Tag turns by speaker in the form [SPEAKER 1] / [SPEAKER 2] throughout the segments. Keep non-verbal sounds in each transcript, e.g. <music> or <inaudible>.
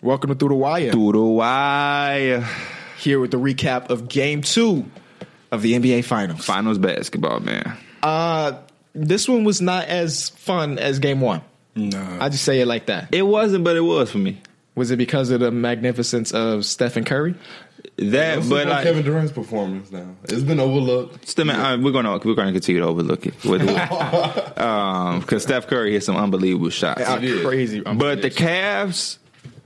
[SPEAKER 1] Welcome to Through the Wire.
[SPEAKER 2] Through the wire.
[SPEAKER 1] Here with the recap of Game Two of the NBA Finals.
[SPEAKER 2] Finals basketball, man.
[SPEAKER 1] Uh, this one was not as fun as Game One.
[SPEAKER 3] No.
[SPEAKER 1] I just say it like that.
[SPEAKER 2] It wasn't, but it was for me.
[SPEAKER 1] Was it because of the magnificence of Stephen Curry?
[SPEAKER 2] That, but like,
[SPEAKER 3] Kevin Durant's performance now. It's been overlooked.
[SPEAKER 2] still, man, uh, we're gonna we're gonna continue to overlook it, with,
[SPEAKER 3] <laughs>
[SPEAKER 2] um, because Steph Curry hit some unbelievable shots.
[SPEAKER 1] Ah,
[SPEAKER 3] did.
[SPEAKER 1] crazy.
[SPEAKER 2] But the Cavs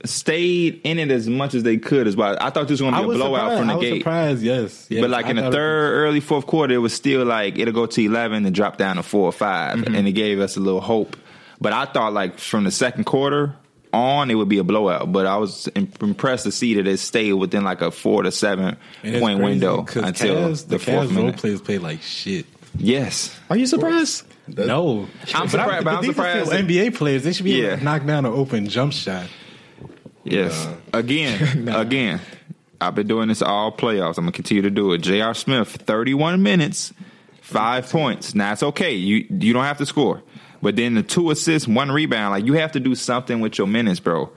[SPEAKER 2] stayed in it as much as they could. As well, I thought this was gonna be a blowout
[SPEAKER 3] surprised.
[SPEAKER 2] from the
[SPEAKER 3] I was
[SPEAKER 2] gate.
[SPEAKER 3] surprised, yes. Yes,
[SPEAKER 2] but like
[SPEAKER 3] I
[SPEAKER 2] in the
[SPEAKER 3] thought it
[SPEAKER 2] third, early fourth quarter, it was still like it'll go to eleven and drop down to four or 5 and it gave us a little hope. But I thought like from the second quarter on, it would be a blowout. But I was im- impressed to see that it stayed within like a four to seven
[SPEAKER 3] And it's
[SPEAKER 2] point
[SPEAKER 3] crazy
[SPEAKER 2] window
[SPEAKER 4] 'cause
[SPEAKER 2] until
[SPEAKER 4] Cavs-
[SPEAKER 2] the, fourth
[SPEAKER 4] Cavs role
[SPEAKER 2] minute.
[SPEAKER 4] players play like shit.
[SPEAKER 2] Yes,
[SPEAKER 1] Are you surprised?
[SPEAKER 4] no,
[SPEAKER 2] I'm
[SPEAKER 4] But
[SPEAKER 2] surprised. But I'm
[SPEAKER 4] these are still
[SPEAKER 2] surprised.
[SPEAKER 4] NBA players, they should be
[SPEAKER 2] Yeah.
[SPEAKER 4] able to knock down an open jump shot.
[SPEAKER 2] Yes. Again. Again. I've been doing this all playoffs. I'm gonna continue to do it. J.R. Smith, 31 minutes, five points. Now it's okay. You you don't have to score. But then the two assists, one rebound. Like you have to do something with your minutes, bro.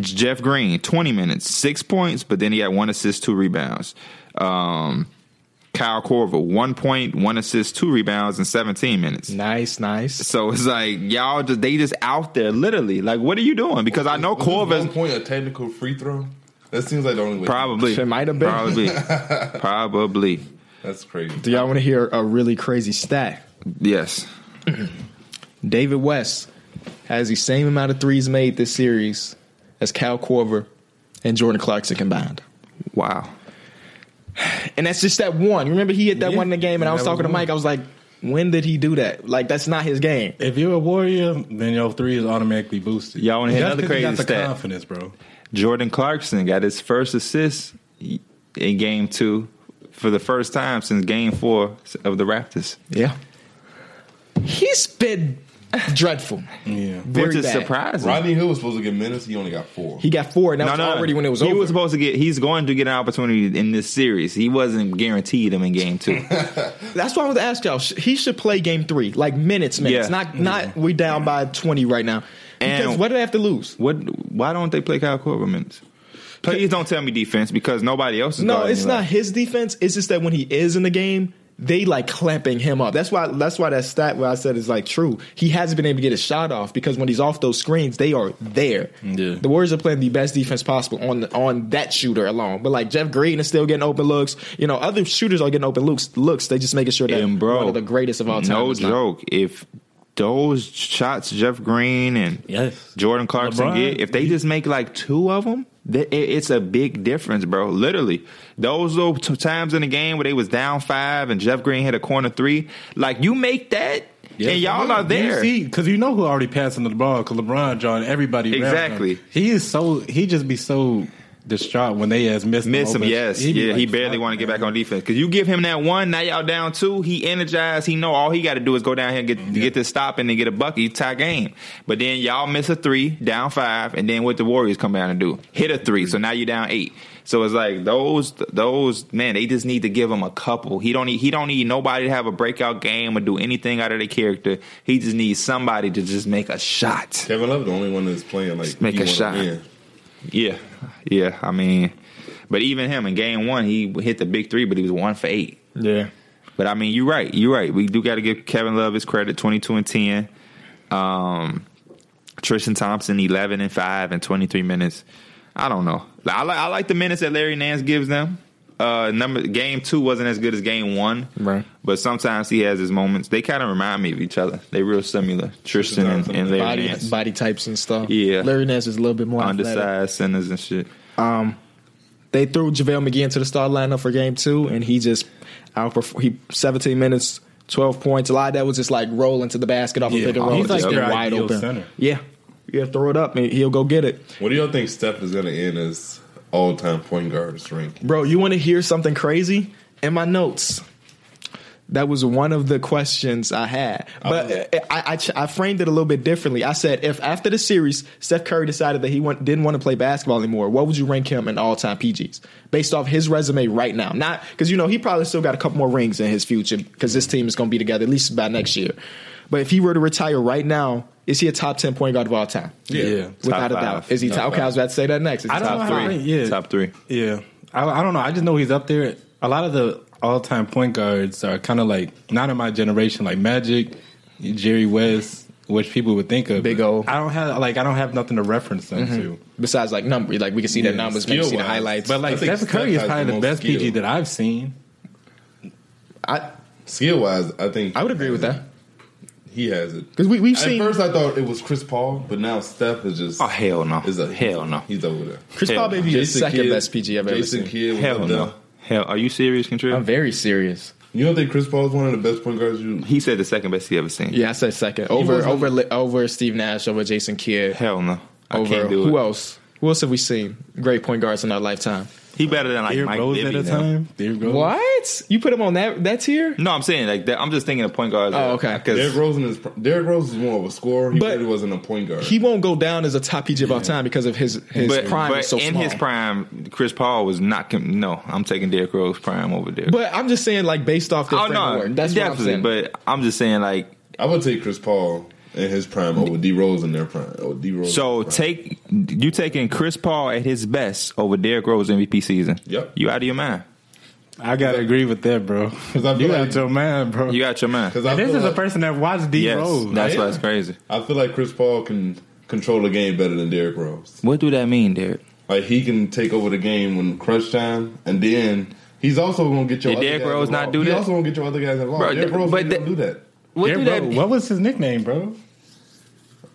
[SPEAKER 2] Jeff Green, 20 minutes, six points, but then he had one assist, two rebounds. Um Kyle Corver, one point, one assist, two rebounds in 17 minutes.
[SPEAKER 1] Nice, nice.
[SPEAKER 2] So it's like y'all just they just out there literally. Like what are you doing? Because I know
[SPEAKER 3] Was this
[SPEAKER 2] Corver's
[SPEAKER 3] one point a technical free throw? That seems like the only way.
[SPEAKER 2] Probably.
[SPEAKER 1] It might have been. <laughs>
[SPEAKER 2] Probably. Probably.
[SPEAKER 3] That's crazy.
[SPEAKER 1] Do y'all want to hear a really crazy stat?
[SPEAKER 2] Yes.
[SPEAKER 1] David West has the same amount of threes made this series as Cal Corver and Jordan Clarkson combined.
[SPEAKER 2] Wow.
[SPEAKER 1] And that's just that one. Remember, he hit that
[SPEAKER 4] Yeah.
[SPEAKER 1] one in the game, and I
[SPEAKER 4] Yeah,
[SPEAKER 1] was
[SPEAKER 4] that
[SPEAKER 1] talking
[SPEAKER 4] was
[SPEAKER 1] to Mike. I was like, when did he do that? Like, that's not his game.
[SPEAKER 4] If you're a warrior, then your three is automatically boosted.
[SPEAKER 2] Y'all wanna hear
[SPEAKER 4] That's
[SPEAKER 2] another
[SPEAKER 4] 'cause you
[SPEAKER 2] crazy
[SPEAKER 4] got the
[SPEAKER 2] stat?
[SPEAKER 4] confidence, bro.
[SPEAKER 2] Jordan Clarkson got his first assist in game two for the first time since game four of the Raptors.
[SPEAKER 1] Yeah. He's been dreadful.
[SPEAKER 4] Yeah.
[SPEAKER 1] Very
[SPEAKER 2] which is
[SPEAKER 1] bad.
[SPEAKER 2] surprising.
[SPEAKER 3] Rodney Hill was supposed to get minutes. He only got four.
[SPEAKER 1] He got four, and that was already when it was
[SPEAKER 2] he
[SPEAKER 1] over.
[SPEAKER 2] was supposed to get. He's going to get an opportunity in this series. He wasn't guaranteed him in
[SPEAKER 1] <laughs>
[SPEAKER 2] game two.
[SPEAKER 1] That's why I wanted to ask y'all. sh- He should play game three, like minutes, minutes.
[SPEAKER 2] Yeah.
[SPEAKER 1] Not, not we down by twenty right now.
[SPEAKER 2] And-
[SPEAKER 1] Because what do they have to lose?
[SPEAKER 2] what? Why don't they play Kyle Korver minutes? Please don't tell me defense because nobody else is.
[SPEAKER 1] No,
[SPEAKER 2] guarding
[SPEAKER 1] it's
[SPEAKER 2] him.
[SPEAKER 1] not his defense. It's just that when he is in the game, they like clamping him up. That's why. That's why that stat where I said is like true. He hasn't been able to get a shot off because when he's off those screens, they are there.
[SPEAKER 4] Yeah.
[SPEAKER 1] The Warriors are playing the best defense possible on on that shooter alone. But like Jeff Green is still getting open looks. You know, other shooters are getting open looks. Looks they just making sure that
[SPEAKER 2] And bro,
[SPEAKER 1] one of the greatest of all time.
[SPEAKER 2] No
[SPEAKER 1] is not.
[SPEAKER 2] joke. If those shots Jeff Green and
[SPEAKER 4] Yes.
[SPEAKER 2] Jordan Clarkson
[SPEAKER 4] LeBron,
[SPEAKER 2] get, if they just make like two of them, that, it, it's a big difference, bro. Literally, those little t- times in the game where they was down five and Jeff Green hit a corner three, like you make that and y'all are there.
[SPEAKER 4] You see, because you know who already passing the ball. Because LeBron drawing everybody. around him.
[SPEAKER 2] Exactly.
[SPEAKER 4] He is so. He just be so distraught when they as miss
[SPEAKER 2] Miss him,
[SPEAKER 4] open.
[SPEAKER 2] yes,
[SPEAKER 4] be
[SPEAKER 2] yeah.
[SPEAKER 4] like,
[SPEAKER 2] he barely
[SPEAKER 4] fuck,
[SPEAKER 2] want to get
[SPEAKER 4] man.
[SPEAKER 2] back on defense because you give him that one. Now y'all down two. He energized. He know all he got to do is go down here and get get this stop and then get a bucket. You tie game. But then y'all miss a three, down five, and then what the Warriors come down and do? Hit a three. So now you down eight. So it's like those those man. They just need to give him a couple. He don't need he don't need nobody to have a breakout game or do anything out of their character. He just needs somebody to just make a shot.
[SPEAKER 3] Kevin Love the only one that's playing like
[SPEAKER 2] Make
[SPEAKER 3] he
[SPEAKER 2] a
[SPEAKER 3] wanna
[SPEAKER 2] shot.
[SPEAKER 3] win.
[SPEAKER 2] Yeah, yeah. I mean, but even him in game one, he hit the big three, but he was one for eight.
[SPEAKER 1] Yeah.
[SPEAKER 2] But I mean, you're right. You're right. We do got to give Kevin Love his credit. 22 and 10. Um, Tristan Thompson 11 and 5 and 23 minutes. I don't know. Like, I like I like the minutes that Larry Nance gives them. Uh, number game two wasn't as good as game one,
[SPEAKER 1] Right.
[SPEAKER 2] But sometimes he has his moments. They kind of remind me of each other. They real similar. Tristan and, and Larry
[SPEAKER 1] Body
[SPEAKER 2] Nance,
[SPEAKER 1] body types and stuff.
[SPEAKER 2] Yeah.
[SPEAKER 1] Larry Nance is a little bit more athletic.
[SPEAKER 2] undersized centers and shit.
[SPEAKER 1] they threw JaVale McGee into the start lineup for game two, and he just outperformed. He 17 minutes, 12 points. A lot of that was just like rolling to the basket off a pick and roll.
[SPEAKER 4] He's like
[SPEAKER 1] just
[SPEAKER 2] their
[SPEAKER 1] been
[SPEAKER 4] ideal center.
[SPEAKER 1] Yeah. Yeah, throw it up, and he'll go get it.
[SPEAKER 3] What do y'all think Steph is gonna end as all time point guards rank?
[SPEAKER 1] Bro, you want to hear something crazy? In my notes, that was one of the questions I had, but uh, I, I, I, I framed it a little bit differently. I said, if after the series, Steph Curry decided that he want, didn't want to play basketball anymore, what would you rank him in all time PGs based off his resume right now? Not because you know he probably still got a couple more rings in his future because this team is going to be together at least by next year. But if he were to retire right now Is he a top ten point guard of all time?
[SPEAKER 3] Yeah.
[SPEAKER 4] Yeah.
[SPEAKER 1] Without a
[SPEAKER 2] five.
[SPEAKER 1] doubt. Is he
[SPEAKER 2] Top
[SPEAKER 1] top? Okay, I was about to say that next. Is he
[SPEAKER 4] I don't
[SPEAKER 1] top
[SPEAKER 4] know
[SPEAKER 2] Top
[SPEAKER 4] how
[SPEAKER 2] three.
[SPEAKER 4] I think, yeah.
[SPEAKER 2] Top three.
[SPEAKER 4] Yeah, I, I don't know. I just know he's up there. A lot of the all-time point guards are kind of like not in my generation, like Magic, Jerry West, which people would think of.
[SPEAKER 1] Big O.
[SPEAKER 4] I don't have like I don't have nothing to reference them to.
[SPEAKER 1] Besides, like number, like we can see their
[SPEAKER 4] Yeah,
[SPEAKER 1] numbers, we can see the
[SPEAKER 3] skill-wise.
[SPEAKER 1] highlights.
[SPEAKER 4] But like
[SPEAKER 3] I think
[SPEAKER 4] Steph Curry
[SPEAKER 3] Steph
[SPEAKER 4] is
[SPEAKER 3] has
[SPEAKER 4] probably
[SPEAKER 3] the
[SPEAKER 4] the
[SPEAKER 3] most
[SPEAKER 4] best PG
[SPEAKER 3] skill.
[SPEAKER 4] that I've seen.
[SPEAKER 1] I,
[SPEAKER 3] Skill wise, I think
[SPEAKER 1] I would agree with that
[SPEAKER 3] he has it.
[SPEAKER 1] because we we've
[SPEAKER 3] At
[SPEAKER 1] seen
[SPEAKER 3] first, I thought it was Chris Paul, but now Steph is just
[SPEAKER 2] Oh hell no.
[SPEAKER 3] is a
[SPEAKER 2] hell no.
[SPEAKER 3] He's over there.
[SPEAKER 1] Chris
[SPEAKER 2] Hell
[SPEAKER 1] Paul
[SPEAKER 2] no.
[SPEAKER 1] may be the second best PG I've ever
[SPEAKER 3] Jason
[SPEAKER 1] seen.
[SPEAKER 3] Kidd was
[SPEAKER 2] Hell
[SPEAKER 3] up
[SPEAKER 2] no.
[SPEAKER 3] there.
[SPEAKER 2] Hell, are you serious,
[SPEAKER 1] I'm
[SPEAKER 2] Contreras?
[SPEAKER 1] very serious.
[SPEAKER 3] You don't think Chris Paul is one of the best point guards you?
[SPEAKER 2] He said the second best he ever seen.
[SPEAKER 1] Yeah, I said second over
[SPEAKER 3] wasn't-
[SPEAKER 1] over li- over Steve Nash, over Jason Kidd,
[SPEAKER 2] Hell no. I
[SPEAKER 1] over
[SPEAKER 2] can't do
[SPEAKER 1] who
[SPEAKER 2] it.
[SPEAKER 1] else? Who else have we seen? Great point guards in our lifetime.
[SPEAKER 2] He better than like
[SPEAKER 4] Derrick
[SPEAKER 2] Mike
[SPEAKER 4] Rose
[SPEAKER 2] Bibby
[SPEAKER 4] at a
[SPEAKER 2] now.
[SPEAKER 4] time. Derrick Rose.
[SPEAKER 1] What you put him on that that tier?
[SPEAKER 2] No, I'm saying like that. I'm just thinking of point guards.
[SPEAKER 1] Oh, okay.
[SPEAKER 3] Derrick
[SPEAKER 2] Because
[SPEAKER 3] Rose is Derrick Rose is more of a scorer. He
[SPEAKER 1] But-
[SPEAKER 3] really wasn't a point guard.
[SPEAKER 1] He won't go down as a top PG of all time because of his his
[SPEAKER 2] but,
[SPEAKER 1] prime
[SPEAKER 2] but
[SPEAKER 1] is so
[SPEAKER 2] in
[SPEAKER 1] small.
[SPEAKER 2] his prime, Chris Paul was not. Com- no, I'm taking Derrick Rose prime over Derrick.
[SPEAKER 1] But I'm just saying, like based off the
[SPEAKER 2] oh
[SPEAKER 1] framework,
[SPEAKER 2] no,
[SPEAKER 1] that's what I'm
[SPEAKER 2] definitely.
[SPEAKER 1] saying.
[SPEAKER 2] But I'm just saying like
[SPEAKER 3] I would take Chris Paul in his prime over D Rose in their prime. Or D Rose.
[SPEAKER 2] So
[SPEAKER 3] in their prime.
[SPEAKER 2] take you taking Chris Paul at his best over Derrick Rose MVP season.
[SPEAKER 3] Yep.
[SPEAKER 2] You out of your mind.
[SPEAKER 4] I gotta agree with that, bro.
[SPEAKER 3] I feel
[SPEAKER 4] You
[SPEAKER 3] like-
[SPEAKER 4] out your man, bro.
[SPEAKER 2] You out your mind.
[SPEAKER 3] I
[SPEAKER 4] And this
[SPEAKER 3] feel
[SPEAKER 4] is a
[SPEAKER 3] like-
[SPEAKER 4] person that watched D
[SPEAKER 2] Yes,
[SPEAKER 4] Rose.
[SPEAKER 2] that's
[SPEAKER 3] I am.
[SPEAKER 2] what's crazy.
[SPEAKER 3] I feel like Chris Paul can control the game better than Derrick Rose.
[SPEAKER 2] What do that mean, Derrick?
[SPEAKER 3] Like he can take over the game when crunch time, and then he's also going to get your.
[SPEAKER 2] Did
[SPEAKER 3] other
[SPEAKER 2] Derrick
[SPEAKER 3] guys
[SPEAKER 2] Rose not
[SPEAKER 3] involved.
[SPEAKER 2] do
[SPEAKER 3] he
[SPEAKER 2] that?
[SPEAKER 3] also going to get your other guys involved.
[SPEAKER 2] Bro,
[SPEAKER 3] Derrick Rose
[SPEAKER 2] but
[SPEAKER 3] but
[SPEAKER 2] that-
[SPEAKER 3] don't do that.
[SPEAKER 2] What do
[SPEAKER 4] Derrick
[SPEAKER 2] that
[SPEAKER 4] Rose-
[SPEAKER 2] mean?
[SPEAKER 4] what was his nickname, bro?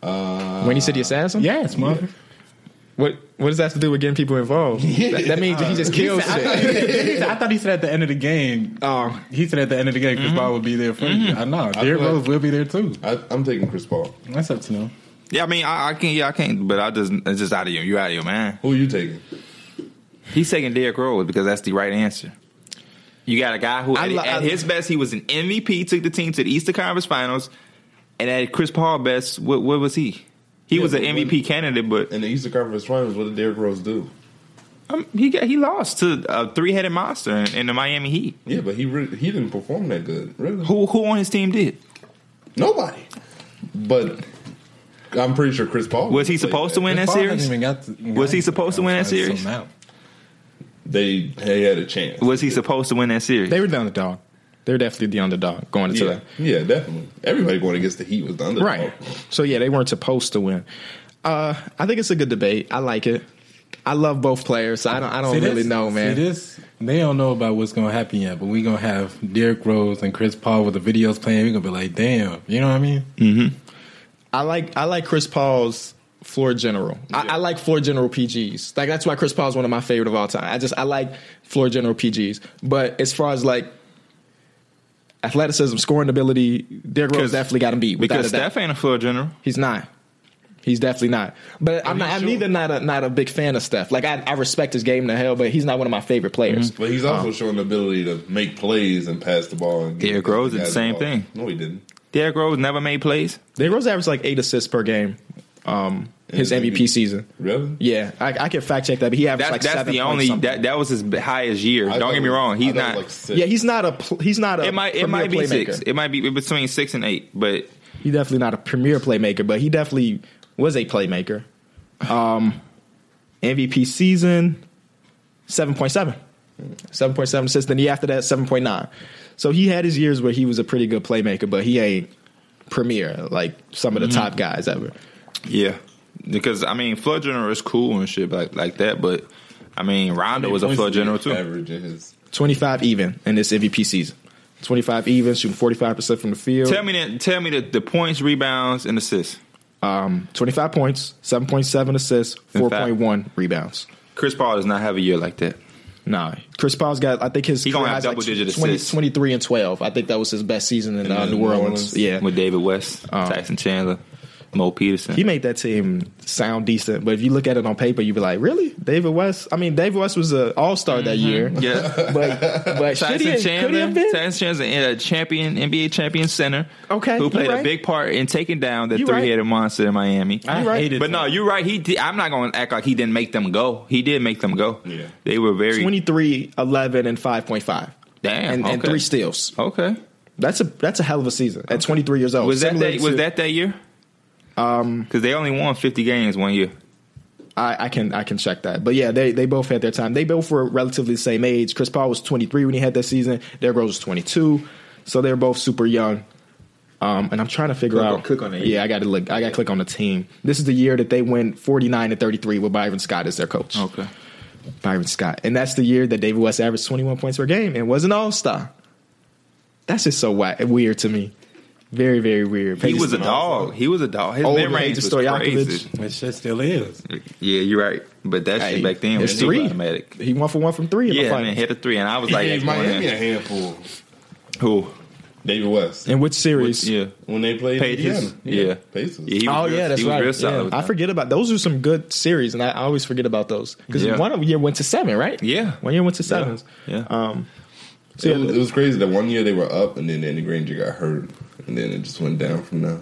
[SPEAKER 3] Uh,
[SPEAKER 1] when he said he assassin,
[SPEAKER 4] Yes, motherfucker.
[SPEAKER 1] What what does that have to do with getting people <laughs> involved? That, that means he just kills it.
[SPEAKER 4] <laughs> He said- I thought he said at the end of the game.
[SPEAKER 1] <laughs> Oh.
[SPEAKER 4] He said at the end of the game, Chris
[SPEAKER 2] Mm-hmm.
[SPEAKER 4] Paul would be there for you. I know.
[SPEAKER 3] feel
[SPEAKER 4] Derrick
[SPEAKER 3] like-
[SPEAKER 4] Rose will be there too.
[SPEAKER 3] I, I'm taking Chris Paul.
[SPEAKER 4] That's up to him.
[SPEAKER 2] Yeah, I mean, I, I can't. Yeah, I can't. But I just it's just out of you. You out of your mind.
[SPEAKER 3] Who you taking?
[SPEAKER 2] He's taking Derrick Rose because that's the right answer. You got a guy who
[SPEAKER 1] I
[SPEAKER 2] at,
[SPEAKER 1] li-
[SPEAKER 2] at
[SPEAKER 1] I-
[SPEAKER 2] his best he was an MVP, took the team to the Eastern Conference Finals, and at Chris Paul best, what, what was he? He
[SPEAKER 3] Yeah,
[SPEAKER 2] was an
[SPEAKER 3] but when-
[SPEAKER 2] MVP candidate, but
[SPEAKER 3] In the Eastern Conference Finals, what did Derrick Rose do?
[SPEAKER 2] um, he got, he lost to a three headed monster in, in the Miami Heat.
[SPEAKER 3] Yeah, but he re- he didn't perform that good. Really,
[SPEAKER 2] Who who on his team did?
[SPEAKER 3] nobody. But I'm pretty sure Chris Paul
[SPEAKER 2] Was he
[SPEAKER 3] would say
[SPEAKER 2] supposed
[SPEAKER 3] that.
[SPEAKER 2] to win that
[SPEAKER 4] Chris Paul hasn't
[SPEAKER 2] series?
[SPEAKER 4] even got to-
[SPEAKER 2] Was he supposed to win that
[SPEAKER 4] I'm trying
[SPEAKER 2] series?
[SPEAKER 4] zoom out.
[SPEAKER 3] They they had a chance.
[SPEAKER 2] Was he supposed to win that series?
[SPEAKER 1] They were the underdog. They were definitely the underdog going into
[SPEAKER 3] Yeah,
[SPEAKER 1] that.
[SPEAKER 3] yeah, definitely. Everybody going against the Heat was the underdog.
[SPEAKER 1] Right. So yeah, they weren't supposed to win. Uh, I think it's a good debate. I like it. I love both players. So I don't. I don't
[SPEAKER 4] See
[SPEAKER 1] really
[SPEAKER 4] this?
[SPEAKER 1] know, man.
[SPEAKER 4] See this? They don't know about what's gonna happen yet, but we gonna have Derrick Rose and Chris Paul with the videos playing. We gonna be like, damn, you know what I mean?
[SPEAKER 2] Mm.
[SPEAKER 1] I like. I like Chris Paul's floor general. I, I like floor general PGs. Like that's why Chris Paul's one of my favorite of all time. I just I like floor general PGs. But as far as like athleticism, scoring ability, Derrick Rose
[SPEAKER 2] Because-
[SPEAKER 1] definitely got him beat. without
[SPEAKER 2] Because
[SPEAKER 1] a doubt.
[SPEAKER 2] Steph ain't a floor general.
[SPEAKER 1] He's not. He's definitely not. But I'm,
[SPEAKER 3] you
[SPEAKER 1] not, I'm
[SPEAKER 3] sure?
[SPEAKER 1] neither not a, not a big fan of Steph. Like I, I respect his game to hell, but he's not one of my favorite players.
[SPEAKER 3] But he's also showing the ability to make plays and pass the ball. And get
[SPEAKER 2] Derrick Rose did the
[SPEAKER 3] guys
[SPEAKER 2] same
[SPEAKER 3] involved.
[SPEAKER 2] thing.
[SPEAKER 3] No, he didn't.
[SPEAKER 2] Derrick Rose never made plays.
[SPEAKER 1] Derrick Rose averaged like eight assists per game. Um, his
[SPEAKER 3] Yeah,
[SPEAKER 1] MVP
[SPEAKER 3] maybe.
[SPEAKER 1] season.
[SPEAKER 3] Really?
[SPEAKER 1] Yeah, I, I can fact check that, but he averaged
[SPEAKER 2] That's
[SPEAKER 1] like
[SPEAKER 2] that's
[SPEAKER 1] seven
[SPEAKER 2] the
[SPEAKER 1] point
[SPEAKER 2] only
[SPEAKER 1] something.
[SPEAKER 2] that that was his highest year.
[SPEAKER 3] I
[SPEAKER 2] Don't
[SPEAKER 3] thought
[SPEAKER 2] get me
[SPEAKER 3] it was-
[SPEAKER 2] wrong. He's
[SPEAKER 3] I thought
[SPEAKER 2] not.
[SPEAKER 3] it was like six.
[SPEAKER 1] yeah, he's not a pl- he's not a
[SPEAKER 2] it might it
[SPEAKER 1] premier
[SPEAKER 2] might be
[SPEAKER 1] playmaker.
[SPEAKER 2] six. It might be between six and eight. But
[SPEAKER 1] He's definitely not a premier playmaker, but he definitely was a playmaker. Um, MVP season, 7.7. 7.7 assists. Then the year after that, 7.9. So he had his years where he was a pretty good playmaker, but he ain't premier like some of the
[SPEAKER 2] Mm-hmm.
[SPEAKER 1] top guys ever.
[SPEAKER 2] yeah, because I mean, floor general is cool and shit like like that. But I mean, Rondo was a
[SPEAKER 3] Points
[SPEAKER 2] floor
[SPEAKER 3] did
[SPEAKER 2] general too.
[SPEAKER 3] Average in his
[SPEAKER 1] 25 even in this MVP season. 25 even, shooting 45% from the field.
[SPEAKER 2] Tell me that. Tell me the, the points, rebounds, and assists.
[SPEAKER 1] Um, 25 points, 7.7 assists,
[SPEAKER 2] In fact-
[SPEAKER 1] 4.1 rebounds.
[SPEAKER 2] Chris Paul does not have a year like that.
[SPEAKER 1] Nah, Chris Paul's got. I think his
[SPEAKER 2] He gonna
[SPEAKER 1] career
[SPEAKER 2] have
[SPEAKER 1] high's like
[SPEAKER 2] double-digit
[SPEAKER 1] 20
[SPEAKER 2] assists.
[SPEAKER 1] 23 and twelve. I think that was his best season in, uh,
[SPEAKER 3] then
[SPEAKER 1] New
[SPEAKER 3] New
[SPEAKER 1] Orleans.
[SPEAKER 3] Orleans.
[SPEAKER 1] Yeah,
[SPEAKER 2] With David West,
[SPEAKER 1] Um,
[SPEAKER 2] Tyson Chandler, Mo Peterson.
[SPEAKER 1] he made that team sound decent, but if you look at it on paper, you'd be like, really, David West? I mean, David West was an All Star that year,
[SPEAKER 2] Mm-hmm.
[SPEAKER 3] <laughs>
[SPEAKER 2] yeah.
[SPEAKER 1] <laughs> but but should he,
[SPEAKER 2] Tyson
[SPEAKER 1] could he have
[SPEAKER 2] Chandler,
[SPEAKER 1] been?
[SPEAKER 2] Tyson Chandler, a champion NBA champion center,
[SPEAKER 1] Okay,
[SPEAKER 2] who
[SPEAKER 1] you
[SPEAKER 2] played a
[SPEAKER 1] right.
[SPEAKER 2] big part in taking down the
[SPEAKER 1] You
[SPEAKER 2] three headed
[SPEAKER 1] right.
[SPEAKER 2] monster in Miami.
[SPEAKER 4] I
[SPEAKER 1] You right.
[SPEAKER 4] hated
[SPEAKER 2] But no, you're right. He, did, I'm not going to act like he didn't make them go. He did make them go.
[SPEAKER 3] Yeah.
[SPEAKER 2] they were very
[SPEAKER 1] 23, 11, and five point five.
[SPEAKER 2] Damn,
[SPEAKER 1] and, and
[SPEAKER 2] okay.
[SPEAKER 1] three steals.
[SPEAKER 2] okay.
[SPEAKER 1] That's a that's a hell of a season at twenty three years old.
[SPEAKER 2] Was that,
[SPEAKER 1] Similar
[SPEAKER 2] that
[SPEAKER 1] to-
[SPEAKER 2] was that that year?
[SPEAKER 1] Um,
[SPEAKER 2] Because they only won 50 games one year.
[SPEAKER 1] I, I can I can check that. But yeah, they they both had their time. They both were relatively the same age. Chris Paul was 23 when he had that season. Derrick Rose was 22, so they're both super young. Um, and I'm trying to figure
[SPEAKER 2] Click
[SPEAKER 1] out.
[SPEAKER 2] on- click on it.
[SPEAKER 1] Yeah, I got to look. I got to click on the team. This is the year that they went 49 to 33 with Byron Scott as their coach.
[SPEAKER 2] Okay.
[SPEAKER 1] Byron Scott, and that's the year that David West averaged 21 points per game and was an All Star. That's just so wa- weird to me. Very very weird.
[SPEAKER 2] He was a
[SPEAKER 1] Peyton-
[SPEAKER 2] dog. He was a dog. His
[SPEAKER 1] Old
[SPEAKER 2] mid
[SPEAKER 1] Peyton
[SPEAKER 2] range was
[SPEAKER 1] Stojakovic.
[SPEAKER 2] crazy.
[SPEAKER 4] That shit still is.
[SPEAKER 2] Yeah, you're right. But that
[SPEAKER 1] Hey,
[SPEAKER 2] shit back then was
[SPEAKER 1] it's
[SPEAKER 2] too
[SPEAKER 1] three.
[SPEAKER 2] automatic.
[SPEAKER 1] He won for one from three. In the
[SPEAKER 2] Yeah,
[SPEAKER 1] finals.
[SPEAKER 2] man, hit a three, and I was like,
[SPEAKER 3] He gave
[SPEAKER 2] that's going
[SPEAKER 3] Miami a
[SPEAKER 2] in.
[SPEAKER 3] handful.
[SPEAKER 2] who?
[SPEAKER 3] David West
[SPEAKER 1] In which series?
[SPEAKER 2] Yeah,
[SPEAKER 3] when they played
[SPEAKER 2] Pacers.
[SPEAKER 3] Indiana.
[SPEAKER 2] Yeah,
[SPEAKER 3] Pacers.
[SPEAKER 2] Yeah, he was
[SPEAKER 1] oh
[SPEAKER 2] real,
[SPEAKER 1] yeah, that's
[SPEAKER 2] he was
[SPEAKER 1] right.
[SPEAKER 2] Real solid
[SPEAKER 1] Yeah,
[SPEAKER 2] with
[SPEAKER 1] I
[SPEAKER 2] them.
[SPEAKER 1] forget about those. Are some good series, and I I always forget about those because
[SPEAKER 2] Yeah.
[SPEAKER 1] one of year went to seven, right?
[SPEAKER 2] Yeah.
[SPEAKER 1] one year went to seven.
[SPEAKER 2] Yeah.
[SPEAKER 1] Um, so
[SPEAKER 3] It,
[SPEAKER 1] yeah,
[SPEAKER 3] was, it was crazy that one year they were up, and then Danny Granger got hurt, and then it just went down from there.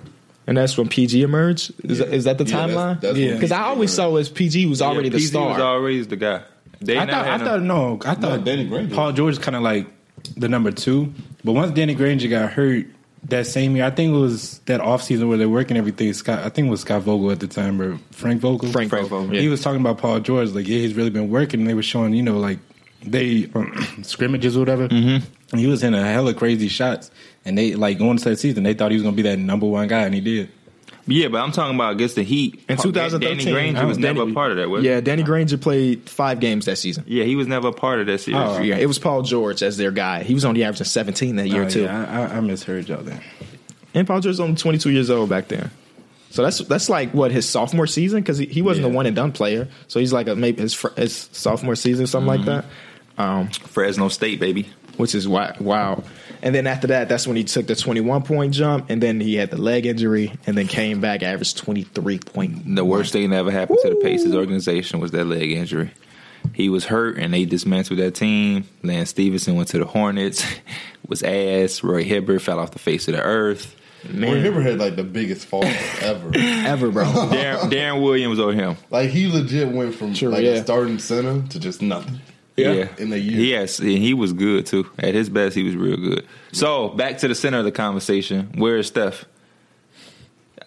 [SPEAKER 1] and that's when PG emerged. Is, that is that the
[SPEAKER 3] Yeah, that's-
[SPEAKER 1] timeline?
[SPEAKER 3] that's when
[SPEAKER 4] Yeah.
[SPEAKER 1] Because I
[SPEAKER 3] PG
[SPEAKER 1] always
[SPEAKER 3] emerged.
[SPEAKER 1] saw as PG was already
[SPEAKER 2] yeah,
[SPEAKER 1] the
[SPEAKER 2] PG
[SPEAKER 1] star.
[SPEAKER 2] was already the guy. They
[SPEAKER 4] I
[SPEAKER 2] never
[SPEAKER 4] thought, I
[SPEAKER 2] had him.
[SPEAKER 4] thought no, I thought
[SPEAKER 3] Danny Granger.
[SPEAKER 4] Paul George kind of like the number two, but once Danny Granger got hurt that same year, I think it was that off season where they're working everything. Scott, I think it was Scott Vogel at the time or Frank Vogel.
[SPEAKER 1] Frank Frank
[SPEAKER 2] Vogel,
[SPEAKER 4] He
[SPEAKER 2] yeah.
[SPEAKER 4] was talking about Paul George, like yeah, he's really been working. And they were showing, you know, like they um, <clears throat> scrimmages or whatever. And he was in a hella crazy shots, and they like going into that season, they thought he was gonna be that number one guy, and he did.
[SPEAKER 2] Yeah, but I'm talking about against the Heat
[SPEAKER 1] in
[SPEAKER 2] Pa-
[SPEAKER 1] 2013,
[SPEAKER 2] Danny Granger was
[SPEAKER 1] Danny-
[SPEAKER 2] never a part of that. Was he?
[SPEAKER 1] yeah, Danny Granger played five games that season.
[SPEAKER 2] yeah, he was never a part of that series.
[SPEAKER 4] Oh,
[SPEAKER 1] Yeah, it was Paul George as their guy. He was on the average of 17 that year
[SPEAKER 4] Oh,
[SPEAKER 1] too.
[SPEAKER 4] yeah, I, I- I misheard y'all then.
[SPEAKER 1] And Paul George was only 22 years old back then. So that's that's like what his sophomore season because he, he wasn't
[SPEAKER 4] Yeah.
[SPEAKER 1] a one and done player. So he's like a, maybe his, fr- his sophomore season something like
[SPEAKER 2] Mm-hmm.
[SPEAKER 1] that, um,
[SPEAKER 2] Fresno State, baby.
[SPEAKER 1] which is wi- wow. And then after that, that's when he took the 21 point jump, and then he had the leg injury, and then came back averaged 23 point.
[SPEAKER 2] The worst thing that ever happened to the Pacers organization was that leg injury. He was hurt and they dismantled that team. Lance Stevenson went to the Hornets, <laughs> was ass. Roy Hibbert fell off the face of
[SPEAKER 1] <laughs>
[SPEAKER 2] the earth.
[SPEAKER 3] Roy Hibbert had like the biggest
[SPEAKER 2] <laughs>
[SPEAKER 3] fall ever.
[SPEAKER 1] Ever, bro.
[SPEAKER 2] Darren, Darren Williams over him.
[SPEAKER 3] like he legit went from
[SPEAKER 1] True,
[SPEAKER 3] like
[SPEAKER 1] yeah.
[SPEAKER 3] a starting center to just nothing.
[SPEAKER 1] Yeah.
[SPEAKER 3] In the year.
[SPEAKER 2] Yes, and he was good too. At his best, he was real good. So back to the center of the conversation. Where is Steph?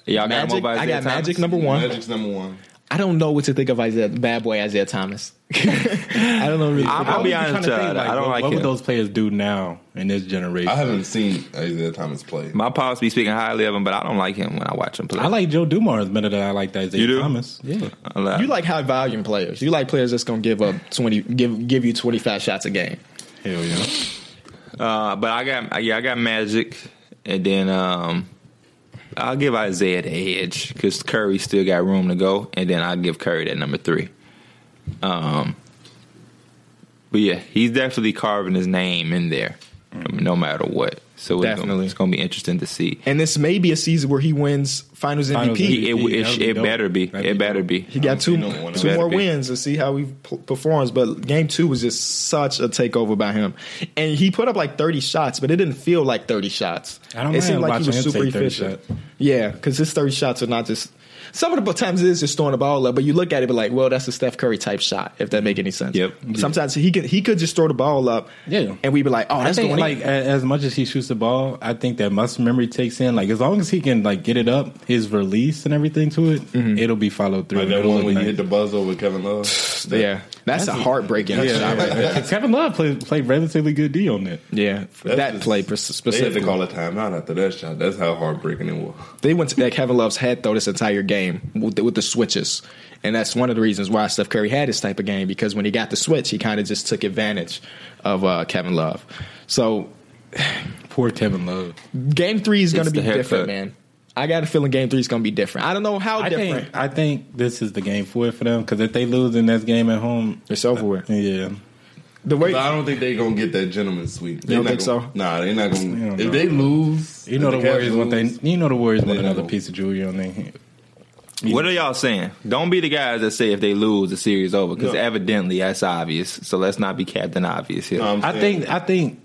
[SPEAKER 2] Y'all got him
[SPEAKER 1] Magic,
[SPEAKER 2] over
[SPEAKER 1] I
[SPEAKER 2] Isaiah
[SPEAKER 1] got Magic
[SPEAKER 2] Thomas?
[SPEAKER 1] number one.
[SPEAKER 3] Magic's number one.
[SPEAKER 1] I don't know what to think of Isaiah, bad boy Isaiah Thomas. <laughs> I don't know. Really
[SPEAKER 2] I'll
[SPEAKER 1] think
[SPEAKER 2] be
[SPEAKER 1] about-
[SPEAKER 2] honest,
[SPEAKER 4] Kinda think,
[SPEAKER 2] uh, I don't
[SPEAKER 4] what,
[SPEAKER 2] like
[SPEAKER 4] what
[SPEAKER 2] him.
[SPEAKER 4] would those players do now in this generation.
[SPEAKER 3] I haven't seen Isaiah Thomas play.
[SPEAKER 2] My pops be speaking highly of him, but I don't like him when I watch him play.
[SPEAKER 4] I like Joe Dumars better than I like Isaiah
[SPEAKER 2] You do?
[SPEAKER 4] Thomas. Yeah.
[SPEAKER 2] I like-
[SPEAKER 1] You like high volume players. You like players that's gonna give up twenty, give give you twenty five shots a game.
[SPEAKER 4] Hell yeah.
[SPEAKER 2] Uh, but I got yeah, I got Magic, and then um, I'll give Isaiah the edge because Curry still got room to go, and then I'll give Curry that number three. Um, but yeah, he's definitely carving his name in there, no matter what. So it's gonna,
[SPEAKER 1] Definitely.
[SPEAKER 2] it's gonna be interesting to see.
[SPEAKER 1] And this may be a season where he wins Finals MVP.
[SPEAKER 4] Finals
[SPEAKER 1] He,
[SPEAKER 2] He, it it,
[SPEAKER 4] That would
[SPEAKER 2] it,
[SPEAKER 4] be dope.
[SPEAKER 2] better be.
[SPEAKER 4] That'd
[SPEAKER 2] it
[SPEAKER 4] be
[SPEAKER 2] better
[SPEAKER 4] dope.
[SPEAKER 2] be.
[SPEAKER 1] got two,
[SPEAKER 3] I don't see no one
[SPEAKER 1] two
[SPEAKER 2] else.
[SPEAKER 1] more
[SPEAKER 2] Better be.
[SPEAKER 1] wins and see how he p- performs. But game two was just such a takeover by him, and he put up like thirty shots, but it didn't feel like thirty shots.
[SPEAKER 4] I don't
[SPEAKER 1] it
[SPEAKER 4] mind watching him take 30 shots.
[SPEAKER 1] Yeah, because his thirty shots are not just. Some of the times it is just throwing the ball up, but you look at it, but like, well, that's a Steph Curry type shot, if that make any sense.
[SPEAKER 2] Yep.
[SPEAKER 1] Sometimes he could he could just throw the ball up,
[SPEAKER 4] Yeah.
[SPEAKER 1] and we'd be like, oh,
[SPEAKER 4] I
[SPEAKER 1] that's
[SPEAKER 4] think
[SPEAKER 1] going
[SPEAKER 4] like
[SPEAKER 1] like
[SPEAKER 4] a- as much as he shoots the ball, I think that muscle memory takes in. Like as long as he can like get it up, his release and everything to it, it'll be followed through.
[SPEAKER 3] Like that
[SPEAKER 4] It'll
[SPEAKER 3] one
[SPEAKER 4] look
[SPEAKER 3] when you
[SPEAKER 4] nice.
[SPEAKER 3] hit the buzzer with Kevin
[SPEAKER 4] <sighs>
[SPEAKER 3] Love.
[SPEAKER 1] yeah, that's, a heartbreaking
[SPEAKER 4] Yeah,
[SPEAKER 1] shot.
[SPEAKER 4] <laughs> yeah, yeah. <laughs> Kevin Love played played relatively good D on that.
[SPEAKER 1] Yeah,
[SPEAKER 3] That's
[SPEAKER 1] that
[SPEAKER 3] just-
[SPEAKER 1] play
[SPEAKER 3] They
[SPEAKER 1] specifically.
[SPEAKER 3] had to call a timeout after that shot. That's how heartbreaking it was.
[SPEAKER 1] They went to that Kevin Love's head though this entire game with the, with the switches, and that's one of the reasons why Steph Curry had this type of game because when he got the switch, he kind of just took advantage of uh, Kevin Love. So
[SPEAKER 4] Poor Kevin Love.
[SPEAKER 1] game three is going to
[SPEAKER 2] It's
[SPEAKER 1] be
[SPEAKER 2] the haircut.
[SPEAKER 1] different, man. I got a feeling game three is going to be different. I don't know how
[SPEAKER 4] I
[SPEAKER 1] different.
[SPEAKER 4] think I think this is the game for it for them because if they lose in this game at home,
[SPEAKER 1] it's over with.
[SPEAKER 4] yeah,
[SPEAKER 1] The way
[SPEAKER 3] But I don't think they're gonna get that gentleman's sweep. They
[SPEAKER 1] You don't
[SPEAKER 3] not
[SPEAKER 1] think
[SPEAKER 3] gonna-
[SPEAKER 1] so?
[SPEAKER 3] Nah, they're not
[SPEAKER 4] I
[SPEAKER 3] gonna.
[SPEAKER 4] don't
[SPEAKER 3] If
[SPEAKER 4] know.
[SPEAKER 3] they lose,
[SPEAKER 4] you know the,
[SPEAKER 3] if Cavs
[SPEAKER 4] Warriors want they
[SPEAKER 3] lose,
[SPEAKER 4] you know the Warriors want
[SPEAKER 3] They
[SPEAKER 4] another
[SPEAKER 3] know.
[SPEAKER 4] piece of jewelry on their hand.
[SPEAKER 2] What are y'all saying? Don't be the guys that say if they lose, the series over because
[SPEAKER 3] No.
[SPEAKER 2] evidently that's obvious. So let's not be Captain Obvious here.
[SPEAKER 3] No, I'm
[SPEAKER 4] I
[SPEAKER 3] saying-
[SPEAKER 4] think I think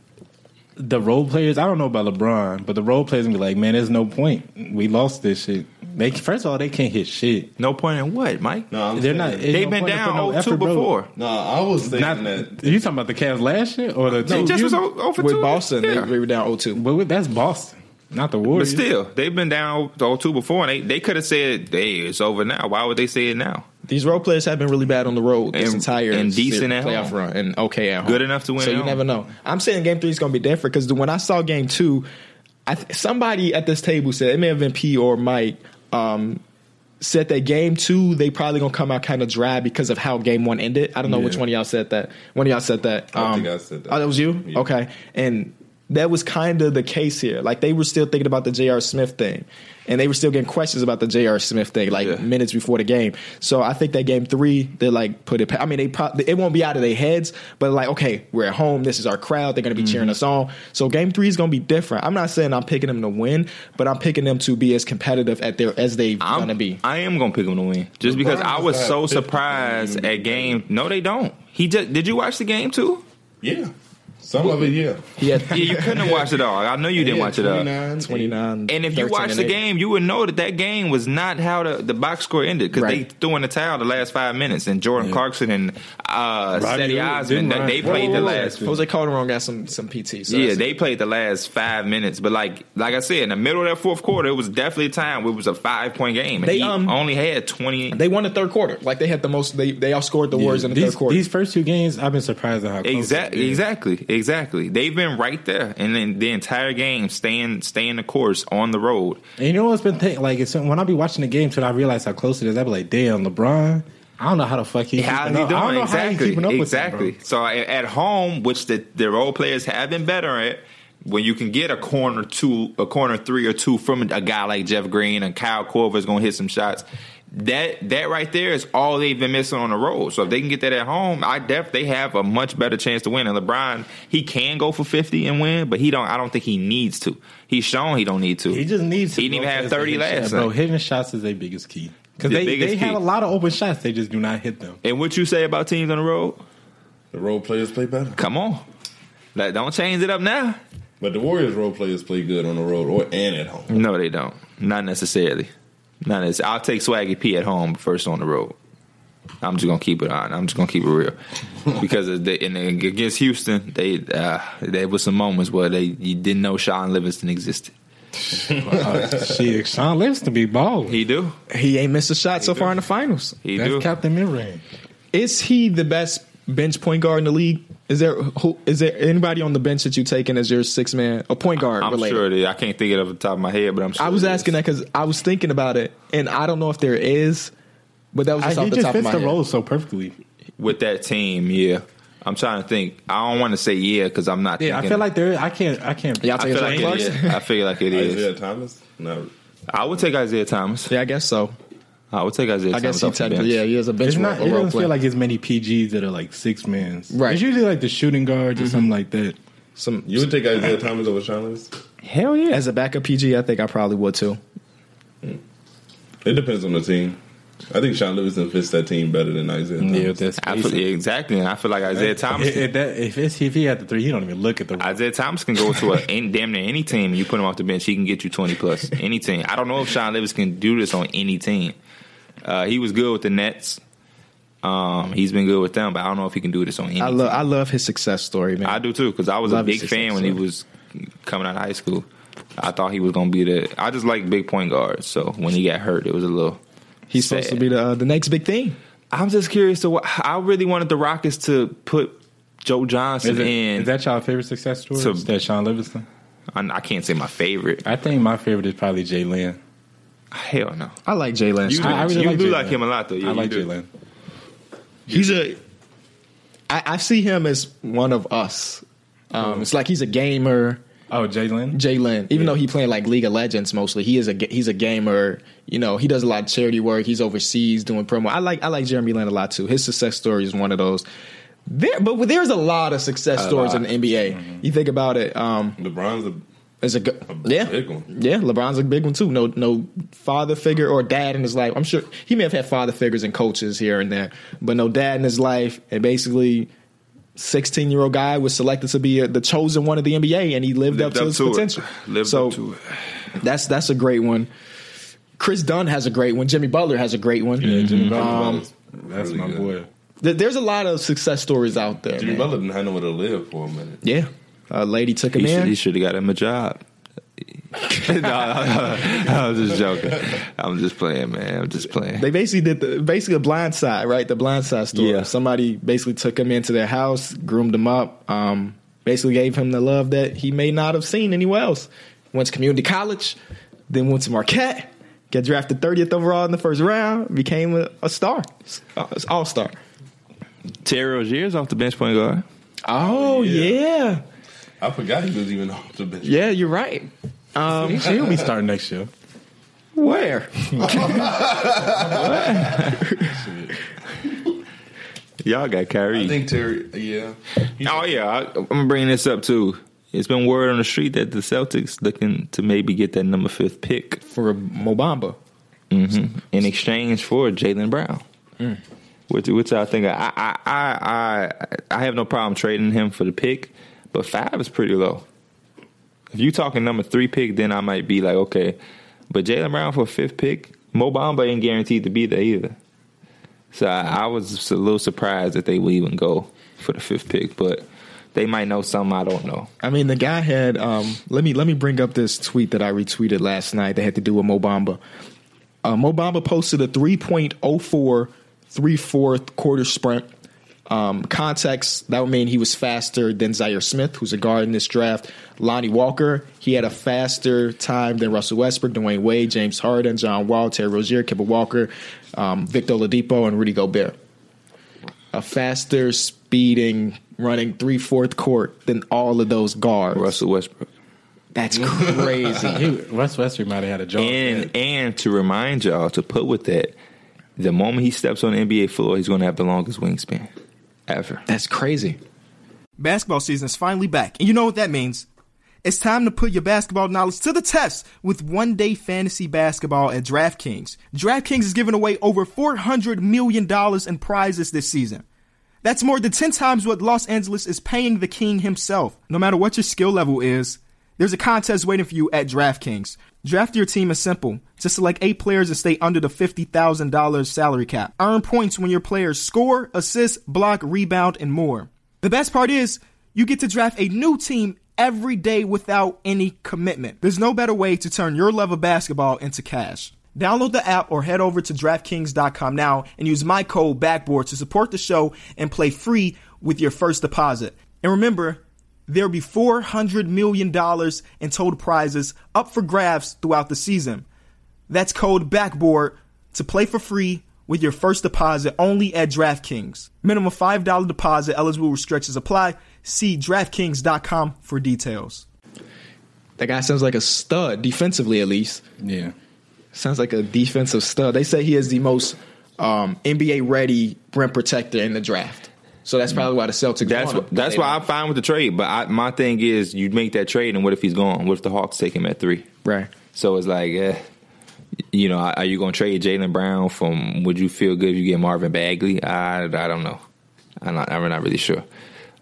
[SPEAKER 4] the role players. I don't know about LeBron, but the role players gonna be like, man, there's no point. We lost this shit. They first of all, they can't hit shit.
[SPEAKER 2] no point in what, Mike?
[SPEAKER 3] No, I'm
[SPEAKER 4] They're
[SPEAKER 3] saying-
[SPEAKER 4] not.
[SPEAKER 2] They've
[SPEAKER 4] no
[SPEAKER 2] been
[SPEAKER 4] point in
[SPEAKER 2] down
[SPEAKER 4] putting no
[SPEAKER 2] 0 2
[SPEAKER 4] effort, bro.
[SPEAKER 2] before.
[SPEAKER 3] Nah, I was thinking
[SPEAKER 4] Not
[SPEAKER 3] that
[SPEAKER 4] you talking about the Cavs last year or the
[SPEAKER 2] They
[SPEAKER 4] two
[SPEAKER 2] just
[SPEAKER 4] you-
[SPEAKER 2] was o- over
[SPEAKER 1] with
[SPEAKER 2] two.
[SPEAKER 1] Boston,
[SPEAKER 2] Yeah.
[SPEAKER 1] they, they were down 0-2.
[SPEAKER 4] But with- that's Boston. Not the Warriors.
[SPEAKER 2] But still, they've been down 0-2 before, and they, they could have said, "Hey, it's over now." Why would they say it now?
[SPEAKER 1] These role players have been really bad on the road this
[SPEAKER 2] And-
[SPEAKER 1] entire
[SPEAKER 2] and decent
[SPEAKER 1] se-
[SPEAKER 2] at
[SPEAKER 1] playoff
[SPEAKER 2] home.
[SPEAKER 1] run and okay at home.
[SPEAKER 2] Good enough to win
[SPEAKER 1] So
[SPEAKER 2] at
[SPEAKER 1] you
[SPEAKER 2] home.
[SPEAKER 1] never know. I'm saying game three is going to be different because when I saw game two, I th- somebody at this table said it may have been P or Mike. Um, said that game two they probably gonna come out kind of dry because of how game one ended. I don't know which
[SPEAKER 4] Yeah.
[SPEAKER 1] one of y'all said that. One of y'all said that.
[SPEAKER 3] I think I said that.
[SPEAKER 1] Oh, that was you.
[SPEAKER 3] Yeah.
[SPEAKER 1] Okay, and that was kind of the case here. Like they were still thinking about the J.R. Smith thing, and they were still getting questions about the J.R. Smith thing like
[SPEAKER 2] Yeah.
[SPEAKER 1] minutes before the game. So I think that game three they like put it. pa- I mean, they probably it won't be out of their heads, but like okay, we're at home. This is our crowd. They're gonna be
[SPEAKER 2] Mm-hmm.
[SPEAKER 1] cheering us on. So game three is gonna be different. I'm not saying I'm picking them to win, but I'm picking them to be as competitive at their as they
[SPEAKER 2] I'm
[SPEAKER 1] gonna be.
[SPEAKER 2] I am gonna pick them to win, just because I was so surprised at game. No, they don't. He just did. You watch the game
[SPEAKER 4] <laughs>
[SPEAKER 2] too?
[SPEAKER 3] Yeah. Some of it, yeah.
[SPEAKER 1] <laughs> Yeah,
[SPEAKER 2] Yeah, you couldn't have watched it all. I know you didn't
[SPEAKER 3] Yeah,
[SPEAKER 2] watch it
[SPEAKER 1] uh,
[SPEAKER 2] all.
[SPEAKER 3] 29,
[SPEAKER 1] twenty nine.
[SPEAKER 2] And if you watch the game, you would know that that game was not how the, the box score ended because
[SPEAKER 1] Right.
[SPEAKER 2] they threw in the towel the last five minutes, and Jordan
[SPEAKER 4] Yeah.
[SPEAKER 2] Clarkson and uh,
[SPEAKER 4] Rodney
[SPEAKER 2] Seti
[SPEAKER 4] Hood
[SPEAKER 2] Osmond
[SPEAKER 4] didn't
[SPEAKER 2] they- they
[SPEAKER 4] run.
[SPEAKER 2] played the
[SPEAKER 4] Whoa, whoa, whoa.
[SPEAKER 2] last.
[SPEAKER 1] Jose Calderon got some some PT. So
[SPEAKER 2] Yeah,
[SPEAKER 1] that's-
[SPEAKER 2] they played the last five minutes, but like like I said, in the middle of that fourth quarter, it was definitely a time where it was a five point game. And
[SPEAKER 1] They,
[SPEAKER 2] he
[SPEAKER 1] um,
[SPEAKER 2] only had twenty.
[SPEAKER 1] they won the third quarter. Like they had the most. They they outscored the Warriors in the
[SPEAKER 4] these,
[SPEAKER 1] third quarter.
[SPEAKER 4] These first two games, I've been surprised at how close
[SPEAKER 2] Exactly,
[SPEAKER 4] it is.
[SPEAKER 2] exactly, exactly. They've been right there, and then the entire game staying staying the course on the road.
[SPEAKER 4] And you know what's been th- like? It's, when I be watching the game, till I realize how close it is, I be like, "Damn, LeBron! I don't know how the fuck he.
[SPEAKER 2] How's he
[SPEAKER 4] keeping
[SPEAKER 2] doing?
[SPEAKER 4] up. I don't know
[SPEAKER 2] exactly.
[SPEAKER 4] how he keeping up with that,
[SPEAKER 2] exactly. so a- at home, which the, the role players have been better at, when you can get a corner two, a corner three or two from a guy like Jeff Green and Kyle Corver's going to hit some shots. That that right there is all they've been missing on the road. So if they can get that at home, I def they have a much better chance to win. And LeBron, he can go for fifty and win, but he don't. I don't think he needs to. He's shown he don't need to.
[SPEAKER 4] He just needs.
[SPEAKER 2] He didn't even have 30 last
[SPEAKER 4] Bro,
[SPEAKER 2] night.
[SPEAKER 4] hitting shots is their biggest key because
[SPEAKER 2] Their
[SPEAKER 4] they
[SPEAKER 2] biggest
[SPEAKER 4] they had
[SPEAKER 2] key.
[SPEAKER 4] a lot of open shots. They just do not hit them.
[SPEAKER 2] And what you say about teams on the road?
[SPEAKER 3] The role players play better.
[SPEAKER 2] Come on, like, don't change it up now.
[SPEAKER 3] But the Warriors role players play good on the road or and at home.
[SPEAKER 2] No, they don't. Not necessarily. Not necess- I'll take Swaggy P at home first on the road. I'm just gonna keep it on. I'm just gonna keep it <laughs> real because of the, and then against Houston, they uh, there was some moments where they you didn't know Sean Livingston existed.
[SPEAKER 4] <laughs> Shit, Sean Livingston be balling.
[SPEAKER 2] uh, He do,
[SPEAKER 1] he ain't missed a shot so far in the finals.
[SPEAKER 2] he
[SPEAKER 4] That's
[SPEAKER 2] do.
[SPEAKER 4] Captain Mid Range.
[SPEAKER 1] Is he the best bench point guard in the league? Is there who is there anybody on the bench that you taking as your six man a point guard?
[SPEAKER 2] I'm
[SPEAKER 1] related?
[SPEAKER 2] sure it is. I can't think it off the top of my head, but I'm. Sure
[SPEAKER 1] I was
[SPEAKER 2] it is.
[SPEAKER 1] asking that because I was thinking about it, and I don't know if there is, but that was
[SPEAKER 4] I,
[SPEAKER 1] just off
[SPEAKER 4] Uh, he
[SPEAKER 1] the
[SPEAKER 4] just
[SPEAKER 1] top of
[SPEAKER 4] fits
[SPEAKER 1] my
[SPEAKER 4] the
[SPEAKER 1] head.
[SPEAKER 4] role so perfectly.
[SPEAKER 2] with that team. Yeah, I'm trying to think. I don't want to say yeah because I'm not.
[SPEAKER 4] Yeah, I
[SPEAKER 2] thinking
[SPEAKER 4] feel like there. I can't. I can't.
[SPEAKER 1] Y'all
[SPEAKER 2] I
[SPEAKER 1] taking
[SPEAKER 2] feel
[SPEAKER 1] Jordan
[SPEAKER 2] like it
[SPEAKER 1] Clarkson?
[SPEAKER 2] is. I feel
[SPEAKER 1] <laughs>
[SPEAKER 2] like it
[SPEAKER 3] Isaiah
[SPEAKER 2] is.
[SPEAKER 3] Thomas? No.
[SPEAKER 2] I would take Isaiah Thomas.
[SPEAKER 1] Yeah, I guess so.
[SPEAKER 2] I would take Isaiah
[SPEAKER 1] I guess
[SPEAKER 2] Thomas.
[SPEAKER 1] he
[SPEAKER 2] off the
[SPEAKER 1] technically,
[SPEAKER 2] bench.
[SPEAKER 1] yeah, he is a bench
[SPEAKER 4] It's
[SPEAKER 1] ro-
[SPEAKER 4] not.
[SPEAKER 1] a
[SPEAKER 4] It
[SPEAKER 1] role
[SPEAKER 4] doesn't
[SPEAKER 1] player.
[SPEAKER 4] feel like as many PGs that are like six mans.
[SPEAKER 1] Right. Mm-hmm.
[SPEAKER 4] It's usually like the shooting guards or something like that.
[SPEAKER 1] some
[SPEAKER 3] You would take Isaiah Thomas over Sean Livingston?
[SPEAKER 1] hell yeah. As a backup PG, I think I probably would too.
[SPEAKER 3] It depends on the team. I think Sean Livingston fits that team better than Isaiah Thomas.
[SPEAKER 4] Yeah, that's
[SPEAKER 2] I feel, yeah, exactly. And I feel like Isaiah Thomas.
[SPEAKER 4] If, <laughs> if, that, if, it's, if he had the three, he don't even look at the.
[SPEAKER 2] Isaiah Thomas can go to a, any, damn near any team. You put him off the bench, he can get you twenty plus any team. I don't know if Sean Livingston can do this on any team. Uh, he was good with the Nets. Um, he's been good with them, but I don't know if he can do this on any.
[SPEAKER 1] I love I love his success story, man.
[SPEAKER 2] I do too because I was a
[SPEAKER 1] Love his
[SPEAKER 2] big fan when he
[SPEAKER 1] success,
[SPEAKER 2] was coming out of high school. I thought he was going to be the. I just like big point guards, so when he got hurt, it was a little.
[SPEAKER 1] He's supposed
[SPEAKER 2] sad.
[SPEAKER 1] to be the uh, the next big thing.
[SPEAKER 2] I'm just curious to. wa- I really wanted the Rockets to put Joe Johnson
[SPEAKER 4] Is, it,
[SPEAKER 2] in.
[SPEAKER 4] is that y'all favorite success story?
[SPEAKER 2] So-
[SPEAKER 4] Is that Sean Livingston?
[SPEAKER 2] I, I can't say my favorite.
[SPEAKER 4] I think my favorite is probably Jalen.
[SPEAKER 2] Hell no.
[SPEAKER 1] I like Jay Lance.
[SPEAKER 2] You do,
[SPEAKER 4] I- I really
[SPEAKER 2] you
[SPEAKER 4] like
[SPEAKER 2] do
[SPEAKER 4] Jalen.
[SPEAKER 2] like him a lot, though. Yeah,
[SPEAKER 4] I like
[SPEAKER 2] you do.
[SPEAKER 4] Jalen.
[SPEAKER 1] He's a. I, I see him as one of us.
[SPEAKER 2] Oh.
[SPEAKER 1] Um, it's like he's a gamer,
[SPEAKER 4] Oh, Jalen.
[SPEAKER 1] Jalen. Even though he playing like League of Legends mostly, he is a ga- he's a gamer. You know, he does a lot of charity work. He's overseas doing promo. I like I like Jeremy Lin a lot too. His success story is one of those. There, but there's a lot of success stories
[SPEAKER 2] lot.
[SPEAKER 1] in the NBA. You think about it. Um,
[SPEAKER 3] LeBron's a
[SPEAKER 1] It's a good,
[SPEAKER 3] A
[SPEAKER 1] yeah,
[SPEAKER 3] big one.
[SPEAKER 1] yeah. LeBron's a big one too. No, no father figure or dad in his life. I'm sure he may have had father figures and coaches here and there, but no dad in his life. And basically, 16 year old guy was selected to be uh the chosen one of the NBA, and he lived, up
[SPEAKER 2] Lived
[SPEAKER 1] to
[SPEAKER 2] up
[SPEAKER 1] his
[SPEAKER 2] to it.
[SPEAKER 1] potential.
[SPEAKER 2] Lived
[SPEAKER 1] so
[SPEAKER 2] up to it.
[SPEAKER 1] that's that's a great one. Chris Dunn has a great one. Jimmy Butler has a great one.
[SPEAKER 4] Yeah, Jimmy Butler.
[SPEAKER 3] Butler's
[SPEAKER 4] That's
[SPEAKER 3] really
[SPEAKER 4] my
[SPEAKER 3] good.
[SPEAKER 4] boy.
[SPEAKER 1] There- There's a lot of success stories out there.
[SPEAKER 3] Jimmy
[SPEAKER 1] man.
[SPEAKER 3] Butler didn't have nowhere to live for a minute.
[SPEAKER 1] Yeah, a lady took him
[SPEAKER 2] He should,
[SPEAKER 1] in.
[SPEAKER 2] he should have got him a job. <laughs> no, no, no, I'm just joking. I'm just playing, man. I'm just playing.
[SPEAKER 1] They basically did the basically a blind side, right? The blind side story.
[SPEAKER 2] Yeah.
[SPEAKER 1] Somebody basically took him into their house, groomed him up, um, basically gave him the love that he may not have seen anywhere else. Went to community college, then went to Marquette, got drafted 30th overall in the first round, became a, a star. uh, All star.
[SPEAKER 2] Terry Rozier's off the bench point guard.
[SPEAKER 1] Oh yeah.
[SPEAKER 3] I forgot he was even <laughs> off the bench.
[SPEAKER 1] yeah. you're right. <laughs> Um,
[SPEAKER 4] He'll be starting next year.
[SPEAKER 1] where?
[SPEAKER 2] Y'all got Kyrie.
[SPEAKER 3] I think Terry. Yeah.
[SPEAKER 2] Oh yeah, I, I'm gonna bring this up too. It's been word on the street that the Celtics looking to maybe get that number fifth pick
[SPEAKER 1] For a Mobamba.
[SPEAKER 2] in exchange for Jalen Brown, which which I think I I, I I I have no problem trading him for the pick, but five is pretty low. If you talking number three pick, then I might be like okay, but Jalen Brown for a fifth pick, Mo Bamba ain't guaranteed to be there either. So I, I was just a little surprised that they would even go for the fifth pick, but they might know something I don't know.
[SPEAKER 1] I mean, the guy had. Um, let me let me bring up this tweet that I retweeted last night that had to do with Mobamba. Uh, Mobamba posted a 3.04 three fourth quarter sprint. Um, context that would mean he was faster than Zaire Smith, who's a guard in this draft. Lonnie Walker, he had a faster time than Russell Westbrook, Dwayne Wade, James Harden, John Wall, Terry Rozier, Kibble Walker, um, Victor Oladipo, and Rudy Gobert a faster speeding running three fourth court than all of those guards.
[SPEAKER 2] Russell Westbrook.
[SPEAKER 1] That's crazy.
[SPEAKER 4] He, Russ Westbrook might have had a job.
[SPEAKER 2] And and to remind y'all to put with that, the moment he steps on the NBA floor, he's going to have the longest wingspan ever.
[SPEAKER 1] That's crazy.
[SPEAKER 5] Basketball season is finally back, and you know what that means. It's time to put your basketball knowledge to the test with one day fantasy basketball at DraftKings. DraftKings is giving away over $400 million in prizes this season. That's more than 10 times what Los Angeles is paying the king himself. No matter what your skill level is, there's a contest waiting for you at DraftKings. Draft your team is simple. Just select eight players and stay under the $50,000 salary cap. Earn points when your players score, assist, block, rebound, and more. The best part is, you get to draft a new team every day without any commitment. There's no better way to turn your love of basketball into cash. Download the app or head over to DraftKings.com now and use my code BACKBOARD to support the show and play free with your first deposit. And remember, there'll be $400 million in total prizes up for grabs throughout the season. That's code BACKBOARD to play for free with your first deposit only at DraftKings. Minimum $5 deposit, eligible restrictions apply. See DraftKings.com for details.
[SPEAKER 1] That guy sounds like a stud defensively, at least.
[SPEAKER 4] yeah.
[SPEAKER 1] Sounds like a defensive stud. They say he is the most um, NBA ready rim protector in the draft. So that's probably why the Celtics.
[SPEAKER 2] Mm. That's
[SPEAKER 1] want
[SPEAKER 2] wh-
[SPEAKER 1] him.
[SPEAKER 2] that's
[SPEAKER 1] They-
[SPEAKER 2] why I'm fine with the trade. But I, my thing is, you make that trade, and what if he's gone? What if the Hawks take him at three?
[SPEAKER 1] right.
[SPEAKER 2] So it's like, eh, you know, are you going to trade Jalen Brown from? Would you feel good if you get Marvin Bagley? I, I don't know. I'm not, I'm not really sure.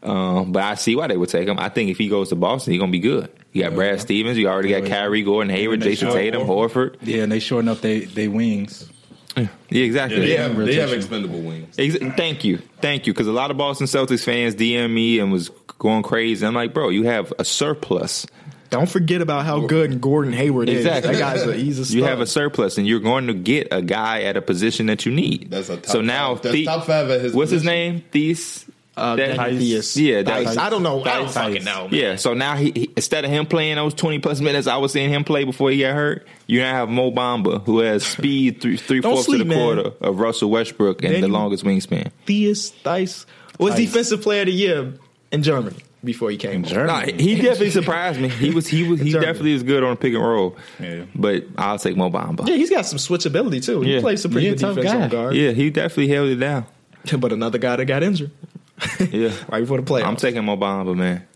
[SPEAKER 2] Um, but I see why they would take him. I think if he goes to Boston, he's going to be good. You got Brad Stevens. You already got
[SPEAKER 4] Yeah.
[SPEAKER 2] Kyrie, Gordon Hayward,
[SPEAKER 4] they
[SPEAKER 2] Jason
[SPEAKER 4] showed
[SPEAKER 2] Tatum, Horford.
[SPEAKER 4] Yeah, and they shorten up they, they wings.
[SPEAKER 2] Yeah,
[SPEAKER 3] Yeah,
[SPEAKER 2] exactly.
[SPEAKER 3] they, have, they have
[SPEAKER 4] Rotation.
[SPEAKER 3] expendable wings.
[SPEAKER 2] Ex- thank you, thank you. Because a lot of Boston Celtics fans DM me and was going crazy. I'm like, bro, you have a surplus.
[SPEAKER 1] Don't forget about how good Gordon Hayward is.
[SPEAKER 2] Exactly.
[SPEAKER 1] That guy's a, he's a stud.
[SPEAKER 2] You have a surplus, and you're going to get a guy at a position that you need.
[SPEAKER 3] That's a top
[SPEAKER 2] so now
[SPEAKER 3] five. That's top five at his
[SPEAKER 2] What's his
[SPEAKER 3] position.
[SPEAKER 2] name? Thies.
[SPEAKER 1] uh,
[SPEAKER 2] That-
[SPEAKER 1] Thaddeus.
[SPEAKER 2] Yeah,
[SPEAKER 1] Thaddeus.
[SPEAKER 2] that,
[SPEAKER 1] I don't know. I don't
[SPEAKER 4] Thaddeus.
[SPEAKER 1] fucking know. Man.
[SPEAKER 2] yeah. So now he, he instead of him playing those twenty plus minutes I was seeing him play before he got hurt, you now have Mo Bamba who has speed three three
[SPEAKER 1] Don't
[SPEAKER 2] fourths of the
[SPEAKER 1] sleep, man.
[SPEAKER 2] quarter of Russell Westbrook and
[SPEAKER 1] Then
[SPEAKER 2] the
[SPEAKER 1] you-
[SPEAKER 2] longest wingspan.
[SPEAKER 1] Theus Dice was
[SPEAKER 4] Theis.
[SPEAKER 1] defensive player of the year in Germany before he came. over.
[SPEAKER 2] Nah, he definitely surprised me. He was he was he
[SPEAKER 1] Germany.
[SPEAKER 2] definitely is good on pick and roll.
[SPEAKER 4] Yeah.
[SPEAKER 2] But I'll take Mo Bamba.
[SPEAKER 1] Yeah, he's got some switchability too. He
[SPEAKER 2] Yeah.
[SPEAKER 1] plays some pretty
[SPEAKER 4] He a
[SPEAKER 1] good
[SPEAKER 4] tough
[SPEAKER 1] defense
[SPEAKER 4] guy.
[SPEAKER 1] on guard.
[SPEAKER 2] Yeah, he definitely held it down.
[SPEAKER 1] <laughs> But another guy that got injured <laughs>
[SPEAKER 2] Yeah.
[SPEAKER 1] right before the playoffs.
[SPEAKER 2] I'm taking Mo Bamba, man.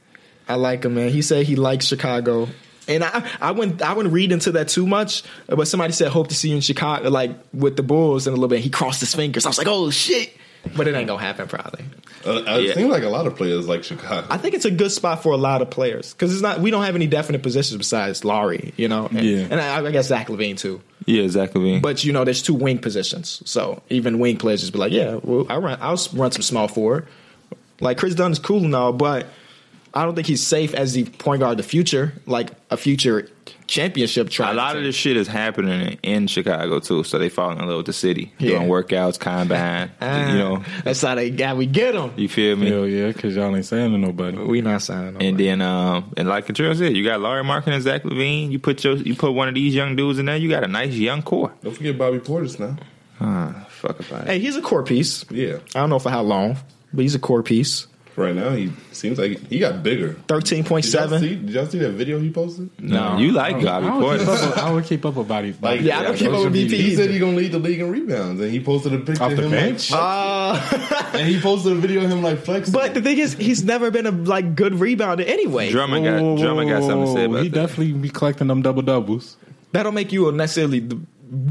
[SPEAKER 1] I like him, man. He said he likes Chicago. And I, I wouldn't I wouldn't read into that too much, but somebody said hope to see you in Chicago, like with the Bulls in a little bit. He crossed his fingers. I was like, oh shit! But it ain't gonna happen, probably.
[SPEAKER 3] Uh, it
[SPEAKER 2] Yeah.
[SPEAKER 3] seems like a lot of players like Chicago.
[SPEAKER 1] I think it's a good spot for a lot of players because it's not we don't have any definite positions besides Laurie, you know, and,
[SPEAKER 4] Yeah.
[SPEAKER 1] and I, I guess Zach Levine too.
[SPEAKER 2] Yeah, Zach Levine.
[SPEAKER 1] But you know, there's two wing positions, so even wing players just be like, yeah, well, I run, I'll run some small forward. Like Chris Dunn is cool and all, but I don't think he's safe as the point guard of the future, like a future championship try.
[SPEAKER 2] A lot of this shit is happening in Chicago too, so they falling in love with the city,
[SPEAKER 1] Yeah.
[SPEAKER 2] doing workouts, combine, you know.
[SPEAKER 1] Ah, that's how they got. We get them.
[SPEAKER 2] You feel me?
[SPEAKER 4] Hell yeah, because y'all ain't saying to nobody.
[SPEAKER 1] We not signing.
[SPEAKER 2] And
[SPEAKER 1] nobody.
[SPEAKER 2] then, um, and like Katrina said, you got Larry Markin and Zach Levine. You put your, you put one of these young dudes in there. You got a nice young core.
[SPEAKER 3] Don't forget Bobby Portis now.
[SPEAKER 2] Ah, fuck about it.
[SPEAKER 1] hey, he's a core piece.
[SPEAKER 3] Yeah.
[SPEAKER 1] I don't know for how long, but he's a core piece.
[SPEAKER 3] Right now, he seems like he got bigger.
[SPEAKER 1] Thirteen point
[SPEAKER 3] Did y'all
[SPEAKER 1] seven.
[SPEAKER 3] see- Did y'all see that video he posted?
[SPEAKER 2] No, you like
[SPEAKER 4] Oh, I
[SPEAKER 2] Bobby
[SPEAKER 4] would keep
[SPEAKER 2] Portis.
[SPEAKER 4] up with- I would keep up about his
[SPEAKER 3] Like,
[SPEAKER 1] Yeah, I don't keep up with BP.
[SPEAKER 3] He said he gonna lead the league in rebounds, and he posted a picture
[SPEAKER 4] Off
[SPEAKER 3] of
[SPEAKER 4] the
[SPEAKER 3] him
[SPEAKER 4] bench?
[SPEAKER 3] Like, <laughs> and he posted a video of him like flexing.
[SPEAKER 1] Uh, But the thing is, he's never been a like good rebounder anyway.
[SPEAKER 2] Drummond got, Drummond got something to say about
[SPEAKER 4] He
[SPEAKER 2] that.
[SPEAKER 4] definitely be collecting them double doubles.
[SPEAKER 1] That'll make you a necessarily the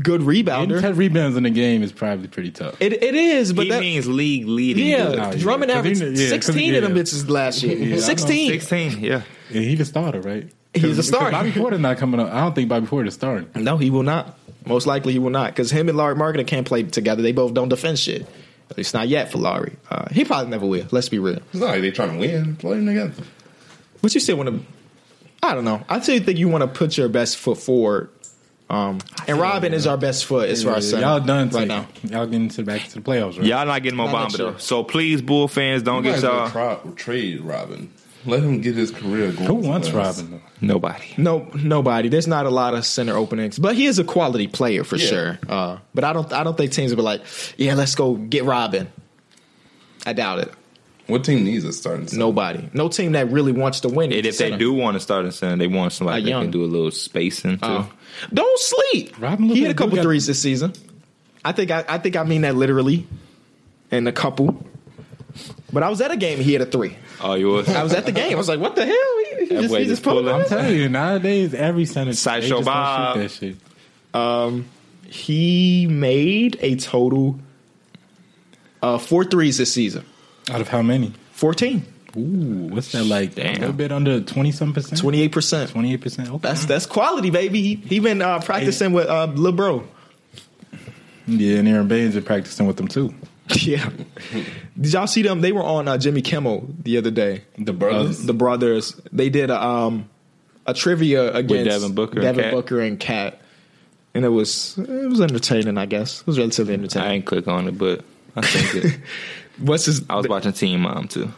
[SPEAKER 1] good
[SPEAKER 4] Getting
[SPEAKER 1] rebounder.
[SPEAKER 4] ten rebounds in a game is probably pretty tough.
[SPEAKER 1] It, it is, but
[SPEAKER 2] he
[SPEAKER 1] that
[SPEAKER 2] means league leading.
[SPEAKER 1] yeah,
[SPEAKER 2] good.
[SPEAKER 4] yeah.
[SPEAKER 1] Drummond
[SPEAKER 4] 'Cause he
[SPEAKER 1] averaged
[SPEAKER 4] kn- yeah, 'cause-
[SPEAKER 1] sixteen of them
[SPEAKER 4] yeah.
[SPEAKER 1] bitches last year.
[SPEAKER 4] Yeah, I know.
[SPEAKER 1] sixteen.
[SPEAKER 2] sixteen. Yeah,
[SPEAKER 4] And he the starter, right?
[SPEAKER 1] He's the
[SPEAKER 4] 'Cause
[SPEAKER 1] starter.
[SPEAKER 4] Bobby Porter not coming up. I don't think Bobby Porter is starting.
[SPEAKER 1] No, he will not. Most likely, he will not because him and Larry Marketing can't play together. They both don't defend shit. At least not yet for Larry. Uh, he probably never will. Let's be real.
[SPEAKER 3] it's not like they trying to win. Play them together.
[SPEAKER 1] But you still want to. I don't know. I still think you want to put your best foot forward. Um, and Robin is our best foot as far as center
[SPEAKER 4] y'all done
[SPEAKER 1] right
[SPEAKER 4] taking-
[SPEAKER 1] now.
[SPEAKER 4] Y'all getting to the back to the playoffs, right?
[SPEAKER 2] y'all not getting
[SPEAKER 1] Not
[SPEAKER 2] Obama
[SPEAKER 1] next year.
[SPEAKER 2] though. So please, Bull fans, don't
[SPEAKER 3] Might
[SPEAKER 2] get
[SPEAKER 3] as well
[SPEAKER 2] y'all
[SPEAKER 3] try- trade Robin. Let him get his career going.
[SPEAKER 4] Who wants
[SPEAKER 3] somewhere else.
[SPEAKER 4] Robin? Though?
[SPEAKER 2] nobody.
[SPEAKER 1] No, nobody. There's not a lot of center openings, but he is a quality player for
[SPEAKER 3] Yeah.
[SPEAKER 1] sure. Uh, but I don't. I don't think teams will be like, yeah, let's go get Robin. I doubt it.
[SPEAKER 3] What team needs a starting? center?
[SPEAKER 1] Nobody. No team that really wants to win.
[SPEAKER 2] And
[SPEAKER 1] is
[SPEAKER 2] if they
[SPEAKER 1] center.
[SPEAKER 2] do want to start a center, they want somebody
[SPEAKER 1] A
[SPEAKER 2] that
[SPEAKER 1] young.
[SPEAKER 2] can do a little spacing too.
[SPEAKER 1] Oh. Don't sleep.
[SPEAKER 4] Robin looked
[SPEAKER 1] he hit a
[SPEAKER 4] like
[SPEAKER 1] couple
[SPEAKER 4] he got-
[SPEAKER 1] threes this season. I think I, I think I mean that literally, and a couple. But I was at a game. He hit a three.
[SPEAKER 2] Oh, you
[SPEAKER 4] <laughs>
[SPEAKER 2] was
[SPEAKER 1] I was at the game. I was like, "What the hell?" He, he just,
[SPEAKER 2] boy
[SPEAKER 1] he just
[SPEAKER 2] just
[SPEAKER 1] pulled
[SPEAKER 2] pulled
[SPEAKER 1] up.
[SPEAKER 4] I'm telling you, nowadays every center they
[SPEAKER 2] Sideshow
[SPEAKER 4] just don't shoot
[SPEAKER 2] Bob.
[SPEAKER 4] that shit.
[SPEAKER 1] He made a total of four threes this season.
[SPEAKER 4] Out of how many?
[SPEAKER 1] Fourteen.
[SPEAKER 4] Ooh, what's that like?
[SPEAKER 2] Damn.
[SPEAKER 4] A little bit under twenty some percent.
[SPEAKER 1] 28 percent.
[SPEAKER 4] Twenty eight percent. Okay.
[SPEAKER 1] That's that's quality, baby. He, he been uh, practicing with uh, Lil Bro.
[SPEAKER 4] yeah, and Aaron Baines are practicing with them too.
[SPEAKER 1] <laughs> Yeah. Did y'all see them? They were on uh, Jimmy Kimmel the other day. Uh,
[SPEAKER 4] Uh, The
[SPEAKER 3] brothers?
[SPEAKER 1] the brothers. They did a, um, a trivia against
[SPEAKER 2] Devin Booker and
[SPEAKER 1] Devin
[SPEAKER 2] Kat?
[SPEAKER 1] Booker and Cat, and it was it was entertaining. I guess it was relatively
[SPEAKER 2] I
[SPEAKER 1] entertaining.
[SPEAKER 2] ain't click on it, but I think
[SPEAKER 4] <laughs>
[SPEAKER 2] it.
[SPEAKER 1] What's his
[SPEAKER 2] I was watching Team Mom too.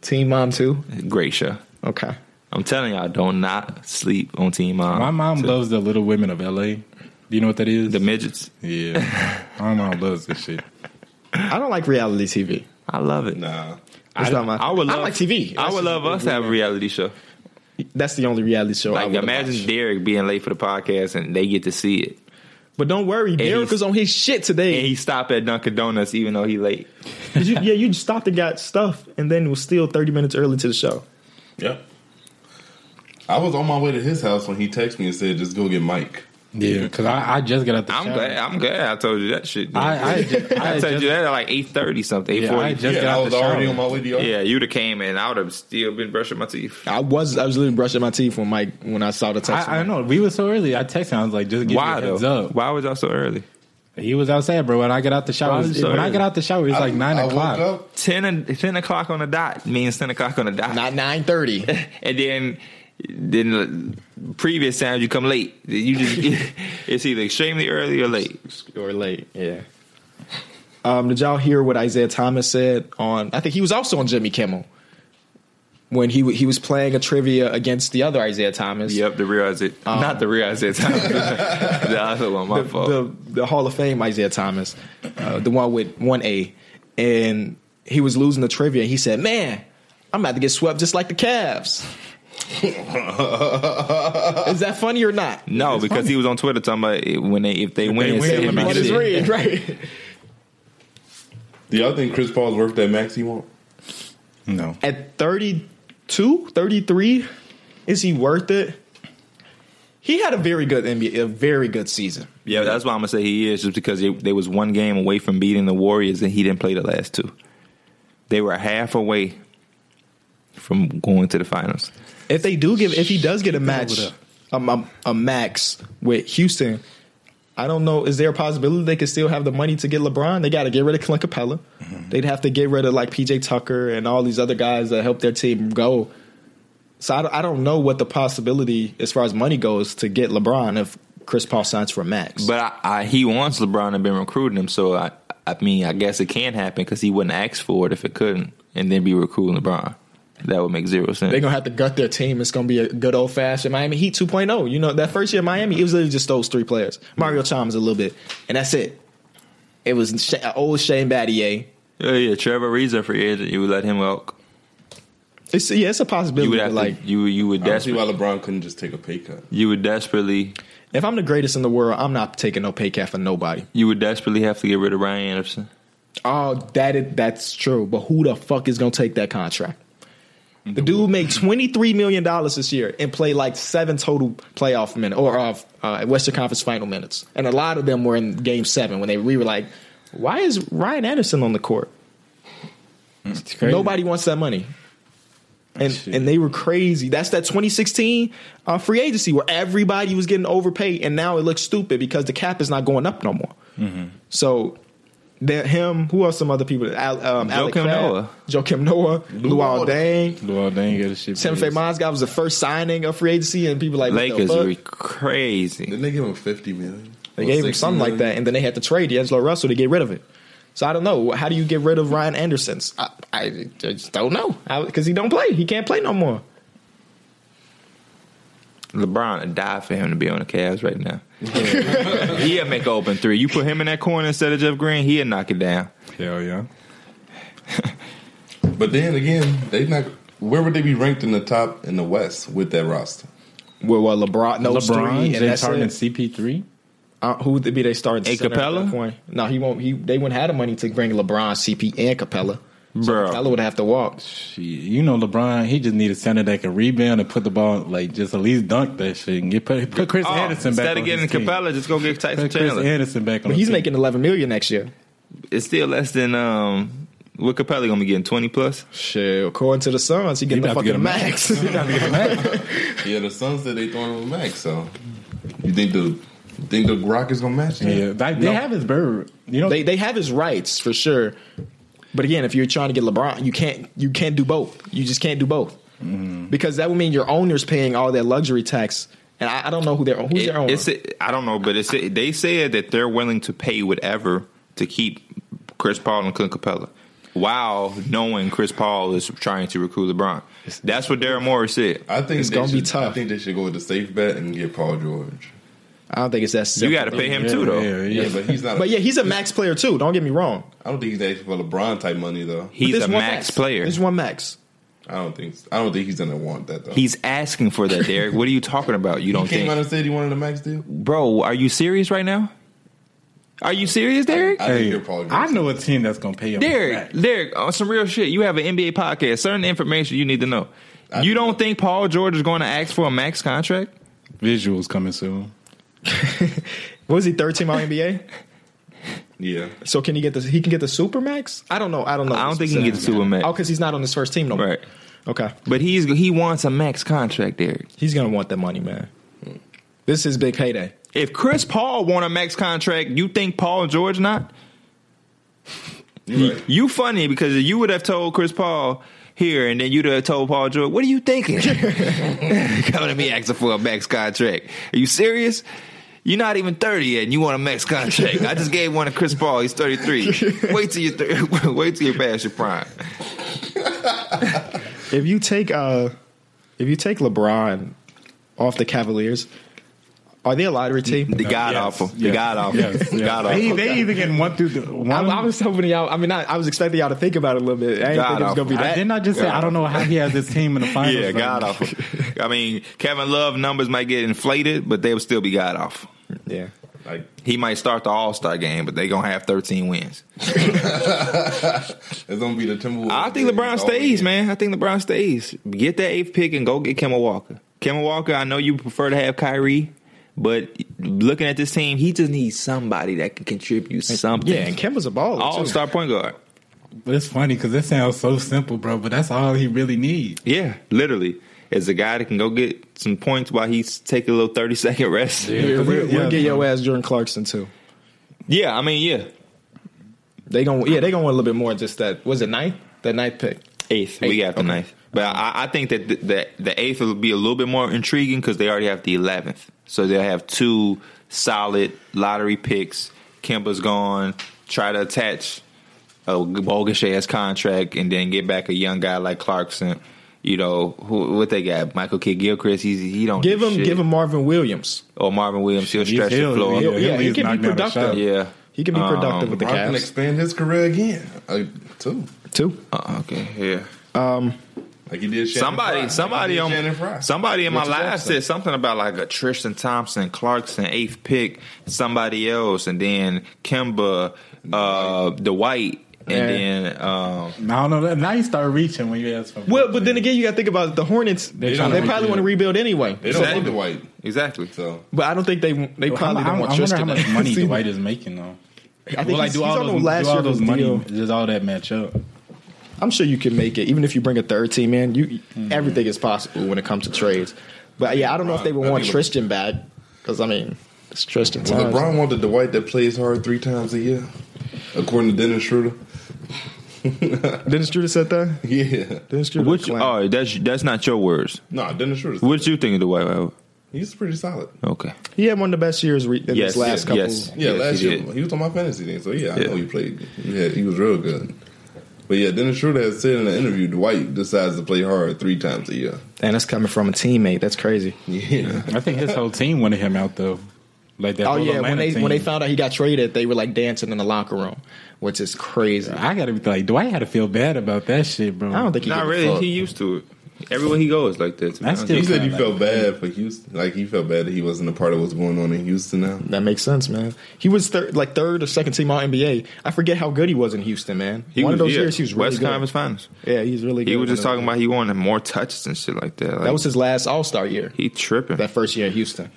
[SPEAKER 1] team mom too?
[SPEAKER 2] Great show.
[SPEAKER 1] Okay,
[SPEAKER 2] I'm telling y'all, don't not sleep on Team Mom.
[SPEAKER 4] My mom
[SPEAKER 2] too.
[SPEAKER 4] loves the Little Women of L.A. Do you know what that is?
[SPEAKER 2] the midgets.
[SPEAKER 4] yeah, my mom loves this shit.
[SPEAKER 1] I don't like reality TV.
[SPEAKER 2] I love it.
[SPEAKER 3] Nah.
[SPEAKER 1] That's not my.
[SPEAKER 2] I would love
[SPEAKER 1] I like TV.
[SPEAKER 2] I
[SPEAKER 1] That's
[SPEAKER 2] would
[SPEAKER 1] just-
[SPEAKER 2] love us to have a reality show.
[SPEAKER 1] That's the only reality show. I
[SPEAKER 2] Like
[SPEAKER 1] would
[SPEAKER 2] imagine
[SPEAKER 1] watch.
[SPEAKER 2] Derek being late for the podcast and they get to see it.
[SPEAKER 1] But don't worry, Derek
[SPEAKER 2] he's-
[SPEAKER 1] was on his shit today. <laughs>
[SPEAKER 2] And he stopped at Dunkin' Donuts even though he late.
[SPEAKER 1] Did you, yeah, you stopped and got stuff, and then was still thirty minutes early to the show.
[SPEAKER 3] Yep. I was on my way to his house when he texted me and said, "Just go get Mike."
[SPEAKER 4] Yeah, because I, I just got out the
[SPEAKER 2] I'm
[SPEAKER 4] shower.
[SPEAKER 2] glad I'm glad I told you that shit.
[SPEAKER 4] I, I,
[SPEAKER 2] <laughs>
[SPEAKER 4] had ju- I,
[SPEAKER 2] I,
[SPEAKER 4] had
[SPEAKER 2] told
[SPEAKER 4] just,
[SPEAKER 2] you that at like eight thirty something, eight
[SPEAKER 4] yeah, I
[SPEAKER 2] forty.
[SPEAKER 4] had
[SPEAKER 2] Yeah,
[SPEAKER 4] just
[SPEAKER 3] yeah,
[SPEAKER 4] got
[SPEAKER 3] I
[SPEAKER 4] out
[SPEAKER 3] was
[SPEAKER 4] the shower.
[SPEAKER 3] already on my way to y'all.
[SPEAKER 2] you'd have came in, I would have still been brushing my teeth.
[SPEAKER 1] I was I was literally brushing my teeth when Mike when I saw the text.
[SPEAKER 4] I, I know we were so early. I texted. him. I was like, "Just give
[SPEAKER 2] Why
[SPEAKER 4] me a heads
[SPEAKER 2] though?
[SPEAKER 4] up."
[SPEAKER 2] Why was y'all so early?
[SPEAKER 4] He was outside, bro. When I got out the
[SPEAKER 2] Why
[SPEAKER 4] shower,
[SPEAKER 2] was
[SPEAKER 4] it-
[SPEAKER 2] he so
[SPEAKER 4] when I
[SPEAKER 2] early?
[SPEAKER 4] got out the shower, it's like nine
[SPEAKER 3] I
[SPEAKER 4] o'clock.
[SPEAKER 3] woke up.
[SPEAKER 2] Ten and ten o'clock on the dot means ten o'clock on the dot.
[SPEAKER 1] Not nine thirty.
[SPEAKER 2] <laughs>
[SPEAKER 4] <laughs>
[SPEAKER 2] and then then the previous times you come late. You just <laughs> it's either extremely early or late.
[SPEAKER 1] or late. Yeah. Um, did y'all hear what Isaiah Thomas said on? I think he was also on Jimmy Kimmel when he w- he was playing a trivia against the other Isaiah Thomas.
[SPEAKER 2] Yep, the real Isaiah. not the real Isaiah Thomas. the other one, my
[SPEAKER 1] the,
[SPEAKER 2] fault.
[SPEAKER 1] the the Hall of Fame Isaiah Thomas, uh, the one with one A, and he was losing the trivia. He said, "Man, I'm about to get swept just like the <laughs> Cavs." Is that funny or not?
[SPEAKER 2] no, because he was on Twitter talking about it- when they if they win,
[SPEAKER 4] win,
[SPEAKER 2] it's-
[SPEAKER 4] let
[SPEAKER 2] it'd
[SPEAKER 4] me
[SPEAKER 2] be
[SPEAKER 1] What
[SPEAKER 2] shit.
[SPEAKER 4] get
[SPEAKER 1] is
[SPEAKER 4] it.
[SPEAKER 1] read, right?
[SPEAKER 3] Do y'all think Chris Paul's worth that max he want?
[SPEAKER 4] No,
[SPEAKER 1] at 32, 33, is he worth it? He had a very good NBA, a very good season.
[SPEAKER 2] Yeah, that's why I'm gonna say he is, just because they, they was one game away from beating the Warriors, and he didn't play the last two. They were half away from going to the finals.
[SPEAKER 1] If they do give, if he does get a match,
[SPEAKER 4] over
[SPEAKER 1] um, um, a, max with Houston, I don't know. Is there a possibility they could still have the money to get LeBron? They got to get rid of Clint Capella. They'd have to get rid of like PJ Tucker and all these other guys that help their team go. So I, don't- I don't know what the possibility as far as money goes to get LeBron if Chris Paul signs for max.
[SPEAKER 2] But I, I, he wants LeBron to be recruiting him, so I, I mean, I guess it can happen because he wouldn't ask for it if it couldn't, and then be recruiting LeBron. That would make zero sense.
[SPEAKER 1] they're gonna have to gut their team. It's gonna be a good old fashioned Miami Heat 2.0. You know that first year in Miami, it was literally just those three players, Mario Chalmers a little bit, and that's it. It was Sha- old Shane Battier.
[SPEAKER 2] yeah, yeah, Trevor Reed's a free agent. You would let him out.
[SPEAKER 1] It's yeah, it's a possibility.
[SPEAKER 2] You would
[SPEAKER 1] but,
[SPEAKER 2] have to-
[SPEAKER 1] like
[SPEAKER 2] you you would
[SPEAKER 3] I don't see why
[SPEAKER 2] desperately
[SPEAKER 3] LeBron couldn't just take a pay cut.
[SPEAKER 2] you would desperately
[SPEAKER 1] if I'm the greatest in the world, I'm not taking no pay cut for nobody.
[SPEAKER 2] you would desperately have to get rid of Ryan Anderson.
[SPEAKER 1] Oh, that is, that's true. But who the fuck is gonna take that contract? The dude made twenty three million dollars this year and played like seven total playoff minutes or uh, uh, Western Conference Final minutes, and a lot of them were in Game Seven when they we were like, "Why is Ryan Anderson on the court?
[SPEAKER 4] It's crazy.
[SPEAKER 1] Nobody wants that money." And
[SPEAKER 4] Shit.
[SPEAKER 1] and they were crazy. That's that 2016 uh, free agency where everybody was getting overpaid, and now it looks stupid because the cap is not going up no more. So. That him, who are some other people? Al, um, Alec
[SPEAKER 2] Joakim
[SPEAKER 1] Crabbe,
[SPEAKER 2] Noah.
[SPEAKER 1] Joakim Noah, Luol Deng,
[SPEAKER 4] Luol Deng got his shit.
[SPEAKER 1] Timothy
[SPEAKER 4] fixed.
[SPEAKER 1] Mozgov was the first signing of free agency, and people like what the
[SPEAKER 2] Lakers
[SPEAKER 1] fuck?
[SPEAKER 2] were crazy.
[SPEAKER 3] Didn't they give him fifty million?
[SPEAKER 1] They
[SPEAKER 3] Or
[SPEAKER 1] gave him
[SPEAKER 3] 60
[SPEAKER 1] something like
[SPEAKER 3] million?
[SPEAKER 1] that, and then they had to trade D'Angelo Russell to get rid of it. So I don't know. How do you get rid of Ryan Anderson? I, I just don't know because he don't play. He can't play no more.
[SPEAKER 2] LeBron would die for him to be on the Cavs right now. he'll make an open three. You put him in that corner instead of Jeff Green, he'll knock it down.
[SPEAKER 4] Hell yeah.
[SPEAKER 3] But then again, they not. Where would they be ranked in the top in the West with that roster?
[SPEAKER 1] Well, well LeBron, no
[SPEAKER 4] LeBron,
[SPEAKER 1] three, and
[SPEAKER 4] James
[SPEAKER 1] that's
[SPEAKER 4] Harden,
[SPEAKER 1] it.
[SPEAKER 4] and CP3.
[SPEAKER 1] Uh, who would be they starting?
[SPEAKER 2] And
[SPEAKER 1] center at
[SPEAKER 2] Capella?
[SPEAKER 1] that point? No, he won't. He they wouldn't have the money to bring LeBron, CP, and Capella. So
[SPEAKER 2] Bruh.
[SPEAKER 1] Capella would have to walk.
[SPEAKER 4] Shit, You know LeBron, he just need a center that can rebound and put the ball like just at least dunk that shit and get put, put Chris
[SPEAKER 2] Oh,
[SPEAKER 4] Anderson back.
[SPEAKER 2] instead of
[SPEAKER 4] on
[SPEAKER 2] getting
[SPEAKER 4] his team.
[SPEAKER 2] Capella, just go get Tyson
[SPEAKER 4] put Chris
[SPEAKER 2] Chandler.
[SPEAKER 4] Anderson back on.
[SPEAKER 1] But
[SPEAKER 4] the
[SPEAKER 1] he's
[SPEAKER 4] team.
[SPEAKER 1] making 11 million next year.
[SPEAKER 2] it's still less than um what Capella gonna be getting twenty plus.
[SPEAKER 1] Shit, according to the Suns, he getting the
[SPEAKER 4] about
[SPEAKER 1] fucking
[SPEAKER 4] to get a
[SPEAKER 1] max. <laughs>
[SPEAKER 3] Yeah, the Suns said they throwing him a max. So you think the you think the Rock is gonna match
[SPEAKER 4] Yeah,
[SPEAKER 3] him?
[SPEAKER 4] they, they have his bird. You know,
[SPEAKER 1] they they have his rights for sure. But again, if you're trying to get LeBron, you can't you can't do both. You just can't do both because that would mean your owner's paying all that luxury tax, and I, I don't know who their who's
[SPEAKER 2] It-
[SPEAKER 1] their owner.
[SPEAKER 2] it's I don't know, but it's they said that they're willing to pay whatever to keep Chris Paul and Clint Capella. While knowing Chris Paul is trying to recruit LeBron, that's what Daryl Morey said.
[SPEAKER 3] I think
[SPEAKER 1] It's
[SPEAKER 3] they
[SPEAKER 1] gonna be
[SPEAKER 3] should-
[SPEAKER 1] tough.
[SPEAKER 3] I think they should go with the safe bet and get Paul George.
[SPEAKER 1] I don't think it's that.
[SPEAKER 2] You
[SPEAKER 1] Simple.
[SPEAKER 2] got to pay him too, though.
[SPEAKER 4] Yeah, yeah.
[SPEAKER 3] Yeah, but he's not.
[SPEAKER 1] but yeah, he's a max player too. Don't get me wrong.
[SPEAKER 3] I don't think he's asking for LeBron type money though.
[SPEAKER 2] He's
[SPEAKER 1] There's
[SPEAKER 2] a
[SPEAKER 1] one
[SPEAKER 2] max player.
[SPEAKER 1] There's one max.
[SPEAKER 3] I don't think. I don't think he's gonna want that though.
[SPEAKER 2] He's asking for that, Derek. What are you talking about? You
[SPEAKER 3] he
[SPEAKER 2] don't
[SPEAKER 3] came out
[SPEAKER 2] think,
[SPEAKER 3] and said he wanted a max deal.
[SPEAKER 2] bro? Are you serious right now? Are you serious, Derek?
[SPEAKER 3] I didn't hear Paul George.
[SPEAKER 4] I know a team that's gonna pay him.
[SPEAKER 2] Derek,
[SPEAKER 4] back.
[SPEAKER 2] Derek, on some real shit, you have an NBA podcast. Certain information you need to know. You don't think Paul George is going to ask for a max contract?
[SPEAKER 4] visuals coming soon.
[SPEAKER 1] What is he? Thirteen all NBA.
[SPEAKER 3] Yeah,
[SPEAKER 1] So can he get the he can get the super max? I don't know. I don't know.
[SPEAKER 2] I don't think he can get the super max.
[SPEAKER 1] Oh, because he's not on his first team no more.
[SPEAKER 2] Right.
[SPEAKER 1] Okay.
[SPEAKER 2] But he's he wants a max contract, Derek.
[SPEAKER 1] He's gonna want that money, man. This is his big payday.
[SPEAKER 2] If Chris Paul want a max contract, you think Paul George not?
[SPEAKER 3] you're right.
[SPEAKER 2] You funny because you would have told Chris Paul here, and then you'd have told Paul George, "What are you <laughs> thinking? Coming to me asking for a max contract? Are you serious? You're not even 30 yet, and you want a max contract? I just gave one to Chris Paul. He's <laughs> 33. Wait till you th- wait till you pass your prime.
[SPEAKER 1] if you take uh if you take LeBron off the Cavaliers, are they a lottery team?
[SPEAKER 2] The god awful. The
[SPEAKER 4] Uh, Yes.
[SPEAKER 2] god awful.
[SPEAKER 4] Yes,
[SPEAKER 2] <laughs>
[SPEAKER 4] yes.
[SPEAKER 2] God awful.
[SPEAKER 4] They, they either getting one through the one.
[SPEAKER 1] I, I was hoping y'all. I mean, I, I was expecting y'all to think about it a little bit. I didn't think it was gonna be
[SPEAKER 4] I
[SPEAKER 1] that.
[SPEAKER 4] did not just say I don't know how he has this team in the finals.
[SPEAKER 2] Yeah,
[SPEAKER 4] right
[SPEAKER 2] god
[SPEAKER 4] now.
[SPEAKER 2] awful. <laughs> I mean, Kevin Love numbers might get inflated, but they would still be god awful.
[SPEAKER 1] Yeah,
[SPEAKER 3] like
[SPEAKER 2] He might start the All Star game, but they gonna have 13 wins.
[SPEAKER 3] it's gonna be the Timberwolves.
[SPEAKER 2] I think LeBron
[SPEAKER 3] All weekend.
[SPEAKER 2] stays, man. I think LeBron stays. Get that eighth pick and go get Kemba Walker. Kemba Walker, I know you prefer to have Kyrie, but looking at this team, he just needs somebody that can contribute something.
[SPEAKER 1] yeah. And Kemba's a baller.
[SPEAKER 2] All
[SPEAKER 1] too.
[SPEAKER 2] star point guard.
[SPEAKER 4] But it's funny because that sounds so simple, bro. But that's all he really needs.
[SPEAKER 2] Yeah, literally. Is a guy that can go get some points while he's taking a little 30 <laughs> second rest. Yeah,
[SPEAKER 1] Yeah,
[SPEAKER 4] Yeah,
[SPEAKER 1] we'll, we'll
[SPEAKER 4] yeah,
[SPEAKER 1] get your ass Jordan Clarkson too.
[SPEAKER 2] I mean, yeah.
[SPEAKER 1] They gonna yeah they gonna want a little bit more. Just that was it ninth that ninth pick.
[SPEAKER 2] Eighth. We
[SPEAKER 1] Eighth,
[SPEAKER 2] got the ninth. But I, I think that the, the, the eighth will be a little bit more intriguing because they already have the eleventh, so they'll have two solid lottery picks. Kemba's gone. Try to attach a bogus ass contract and then get back a young guy like Clarkson. You know who? What they got? Michael K. Gilchrist. He's he don't
[SPEAKER 1] Give
[SPEAKER 2] do
[SPEAKER 1] him,
[SPEAKER 2] shit.
[SPEAKER 1] give him Marvin Williams.
[SPEAKER 2] or Marvin Williams. He'll
[SPEAKER 4] He's
[SPEAKER 2] stretch the
[SPEAKER 4] healed.
[SPEAKER 2] floor.
[SPEAKER 4] He'll-
[SPEAKER 1] Yeah, yeah,
[SPEAKER 4] at
[SPEAKER 1] he
[SPEAKER 4] least
[SPEAKER 1] can
[SPEAKER 4] knock
[SPEAKER 1] be
[SPEAKER 4] down a
[SPEAKER 1] productive.
[SPEAKER 4] shot.
[SPEAKER 2] Yeah.
[SPEAKER 1] he can be productive
[SPEAKER 2] Um,
[SPEAKER 1] with the
[SPEAKER 3] LeBron can
[SPEAKER 1] Cavs
[SPEAKER 3] expand his career again, like too,
[SPEAKER 1] too.
[SPEAKER 2] Uh, okay. Yeah.
[SPEAKER 3] like he did. Shannon
[SPEAKER 2] Somebody,
[SPEAKER 3] Fry.
[SPEAKER 2] somebody
[SPEAKER 3] like he did Shannon Fry.
[SPEAKER 2] on, somebody in my
[SPEAKER 3] Richard
[SPEAKER 2] live
[SPEAKER 3] Jackson.
[SPEAKER 2] said something about like a Tristan Thompson, Clarkson, eighth pick, somebody else, and then Kimba, uh, Dwight, and
[SPEAKER 1] Yeah.
[SPEAKER 2] then um,
[SPEAKER 4] I don't know. Now you start reaching when you ask for.
[SPEAKER 1] Well, but then again, you got to think about it. the Hornets.
[SPEAKER 4] They
[SPEAKER 1] They,
[SPEAKER 4] tryna
[SPEAKER 1] probably
[SPEAKER 4] rebuild.
[SPEAKER 1] want to rebuild anyway.
[SPEAKER 3] they don't want
[SPEAKER 2] Exactly.
[SPEAKER 3] the white,
[SPEAKER 2] exactly.
[SPEAKER 3] so
[SPEAKER 1] But I don't think they they probably
[SPEAKER 4] I,
[SPEAKER 1] don't
[SPEAKER 4] I,
[SPEAKER 1] want
[SPEAKER 4] I wonder
[SPEAKER 1] Tristan.
[SPEAKER 4] how much
[SPEAKER 1] to-
[SPEAKER 4] money
[SPEAKER 1] <laughs> see,
[SPEAKER 4] Dwight is making though.
[SPEAKER 1] I think
[SPEAKER 4] Well, like,
[SPEAKER 1] he's,
[SPEAKER 4] do
[SPEAKER 1] he's
[SPEAKER 4] all
[SPEAKER 1] on the
[SPEAKER 4] those,
[SPEAKER 1] last
[SPEAKER 4] do all
[SPEAKER 1] year
[SPEAKER 4] those
[SPEAKER 1] those
[SPEAKER 4] money,
[SPEAKER 1] deal.
[SPEAKER 4] does all that match up?
[SPEAKER 1] I'm sure you can make it, even if you bring a third team in. You everything is possible when it comes to trades. But yeah, Uh, I don't know if they would
[SPEAKER 3] I
[SPEAKER 1] want
[SPEAKER 3] think-
[SPEAKER 1] Tristan back because I mean it's Tristan.
[SPEAKER 3] Well,
[SPEAKER 1] Thompson.
[SPEAKER 3] LeBron wanted the Dwight that plays hard three times a year, according to Dennis Schroeder.
[SPEAKER 1] Dennis Schroeder said that.
[SPEAKER 3] <laughs> Yeah,
[SPEAKER 1] Dennis Schroeder.
[SPEAKER 2] Which
[SPEAKER 1] clown.
[SPEAKER 2] oh, that's that's not your words.
[SPEAKER 3] no, Dennis Schroeder.
[SPEAKER 2] What you think of Dwight? Howard?
[SPEAKER 3] He's pretty solid.
[SPEAKER 2] Okay,
[SPEAKER 1] he had one of the best years re- in
[SPEAKER 2] Yes,
[SPEAKER 1] his last
[SPEAKER 2] yes,
[SPEAKER 1] couple.
[SPEAKER 2] yes.
[SPEAKER 3] Yeah,
[SPEAKER 2] Yes,
[SPEAKER 3] last
[SPEAKER 2] he
[SPEAKER 3] year
[SPEAKER 2] did.
[SPEAKER 3] he was on my fantasy team, so yeah,
[SPEAKER 2] Yeah.
[SPEAKER 3] I know he played. Yeah, he was real good. But yeah, Dennis Schroeder has said in an interview, Dwight decides to play hard three times a year.
[SPEAKER 1] And that's coming from a teammate. That's crazy.
[SPEAKER 3] Yeah,
[SPEAKER 4] I think his whole team wanted him out though. Like that.
[SPEAKER 1] Oh
[SPEAKER 4] whole
[SPEAKER 1] yeah,
[SPEAKER 4] Atlanta
[SPEAKER 1] when they
[SPEAKER 4] team.
[SPEAKER 1] when they found out he got traded, they were like dancing in the locker room, which is crazy.
[SPEAKER 4] I gotta be like, Dwight had to feel bad about that shit, bro.
[SPEAKER 1] I don't think he
[SPEAKER 2] not
[SPEAKER 1] gave a
[SPEAKER 2] really.
[SPEAKER 1] fuck.
[SPEAKER 2] He used to it. Everywhere he goes, like that. to be honest.
[SPEAKER 4] That's still-
[SPEAKER 3] <laughs> he said he
[SPEAKER 4] Kinda
[SPEAKER 3] felt bad for Houston. Like he felt bad that he wasn't a part of what's going on in Houston now.
[SPEAKER 1] That makes sense, man. He was thir- like third or second team All NBA. I forget how good he was in Houston, man.
[SPEAKER 2] He
[SPEAKER 1] One
[SPEAKER 2] was,
[SPEAKER 1] of those
[SPEAKER 2] yeah,
[SPEAKER 1] years, he was really
[SPEAKER 2] West
[SPEAKER 1] good.
[SPEAKER 2] Conference Finals.
[SPEAKER 1] Yeah, he's really good.
[SPEAKER 2] He was
[SPEAKER 1] One
[SPEAKER 2] just
[SPEAKER 1] of-
[SPEAKER 2] talking about he wanted more touches and shit like that. Like,
[SPEAKER 1] that was his last All Star year.
[SPEAKER 2] he tripping.
[SPEAKER 1] That first year in
[SPEAKER 2] <laughs>
[SPEAKER 1] Houston,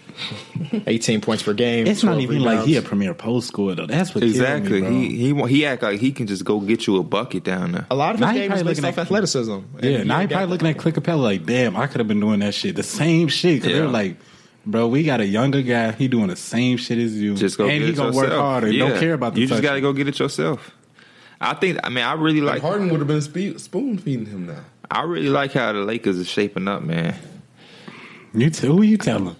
[SPEAKER 1] eighteen points per game.
[SPEAKER 4] It's not
[SPEAKER 1] 12
[SPEAKER 4] even like he a
[SPEAKER 1] rebounds.
[SPEAKER 4] premier post scorer though. That's what killed
[SPEAKER 2] Exactly.
[SPEAKER 4] Me, bro.
[SPEAKER 2] he he wa- he act like he can just go get you a bucket down there.
[SPEAKER 1] A lot of
[SPEAKER 4] Now
[SPEAKER 1] his
[SPEAKER 4] he
[SPEAKER 1] game
[SPEAKER 4] probably
[SPEAKER 1] is based
[SPEAKER 4] looking
[SPEAKER 1] off
[SPEAKER 4] at-
[SPEAKER 1] athleticism. And
[SPEAKER 4] yeah, now
[SPEAKER 1] he
[SPEAKER 4] you probably looking at Click Capella like, damn, I could have been doing that shit, the same shit. Cause
[SPEAKER 2] Yeah.
[SPEAKER 4] they're like, bro, we got a younger guy. He doing the same shit as you.
[SPEAKER 2] Just go
[SPEAKER 4] and
[SPEAKER 2] get
[SPEAKER 4] he
[SPEAKER 2] it
[SPEAKER 4] gonna
[SPEAKER 2] yourself.
[SPEAKER 4] work harder.
[SPEAKER 2] Yeah.
[SPEAKER 4] Don't care about the
[SPEAKER 2] You just
[SPEAKER 4] touch.
[SPEAKER 2] got to go get it yourself. I think. I mean, I really
[SPEAKER 3] Like
[SPEAKER 2] like.
[SPEAKER 3] Harden would have been spe- spoon feeding him now.
[SPEAKER 2] I really like how the Lakers is shaping up, man.
[SPEAKER 4] You t- who you telling?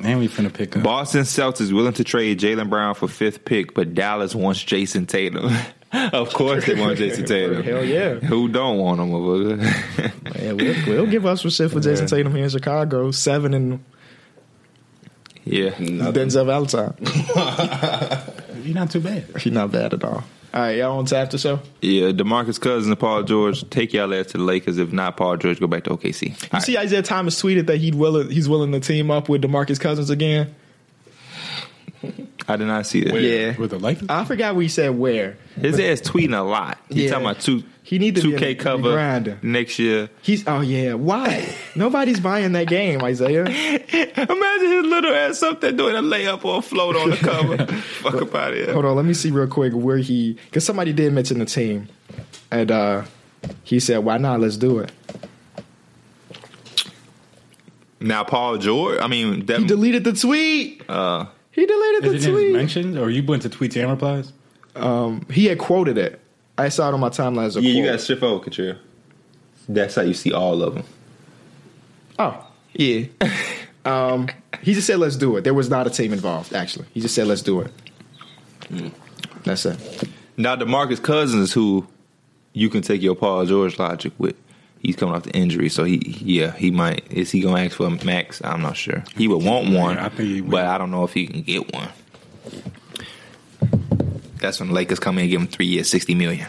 [SPEAKER 4] And we finna pick up.
[SPEAKER 2] Boston Celtics willing to trade Jalen Brown for fifth pick, but Dallas wants Jason Tatum. <laughs> of course, they want
[SPEAKER 4] <laughs>
[SPEAKER 2] Jason Tatum.
[SPEAKER 1] Hell yeah.
[SPEAKER 2] Who don't want him, motherfucker? <laughs>
[SPEAKER 1] Yeah, we'll, we'll give us some shit for Jason Tatum here in Chicago. Seven and
[SPEAKER 2] yeah.
[SPEAKER 1] Denzel Valentine.
[SPEAKER 4] You're not too bad.
[SPEAKER 1] He's not bad at all. All right, y'all on to after show.
[SPEAKER 2] Yeah. Demarcus Cousins and Paul George take y'all ass to the Lakers. If not, Paul George go back to OKC. All
[SPEAKER 1] You
[SPEAKER 2] right.
[SPEAKER 1] see, Isaiah Thomas tweeted that he'd willing he's willing to team up with Demarcus Cousins again.
[SPEAKER 2] I did not see that.
[SPEAKER 1] Yeah,
[SPEAKER 4] With the Lakers?
[SPEAKER 1] I forgot we said where.
[SPEAKER 2] His ass tweeting a lot. He
[SPEAKER 1] Yeah.
[SPEAKER 2] talking about two.
[SPEAKER 1] He need to be
[SPEAKER 2] two K
[SPEAKER 1] a-
[SPEAKER 2] cover
[SPEAKER 1] grinder.
[SPEAKER 2] next year. <laughs>
[SPEAKER 1] He's oh yeah. <laughs> Why? Nobody's buying that game, Isaiah.
[SPEAKER 2] Imagine his little ass up there doing a layup or a float on
[SPEAKER 1] <laughs>
[SPEAKER 2] the cover. Fuck up out of here.
[SPEAKER 1] Hold on, let me see real quick where he because somebody did mention the team, and uh he said, "Why not? Let's do it."
[SPEAKER 2] Now Paul George. I mean, that,
[SPEAKER 1] He deleted the tweet.
[SPEAKER 2] uh,
[SPEAKER 1] He deleted
[SPEAKER 4] Is
[SPEAKER 1] the
[SPEAKER 4] it in his
[SPEAKER 1] tweet.
[SPEAKER 4] mentions or you went to tweets and replies?
[SPEAKER 1] um, he had quoted it. I saw it on my timeline as a
[SPEAKER 2] yeah, you got
[SPEAKER 1] quote.
[SPEAKER 2] to shift over, Katrina. That's how you see all of them.
[SPEAKER 1] oh yeah. um, he just said, "Let's do it." There was not a team involved. Actually, he just said, "Let's do it." That's it.
[SPEAKER 2] Now DeMarcus Cousins, who you can take your Paul George logic with. He's coming off the injury, so he yeah he might is he gonna ask for a max? I'm not sure. He would want one,
[SPEAKER 4] I think he would.
[SPEAKER 2] but I don't know if he can get one. That's when the Lakers come in and give him three years, sixty million.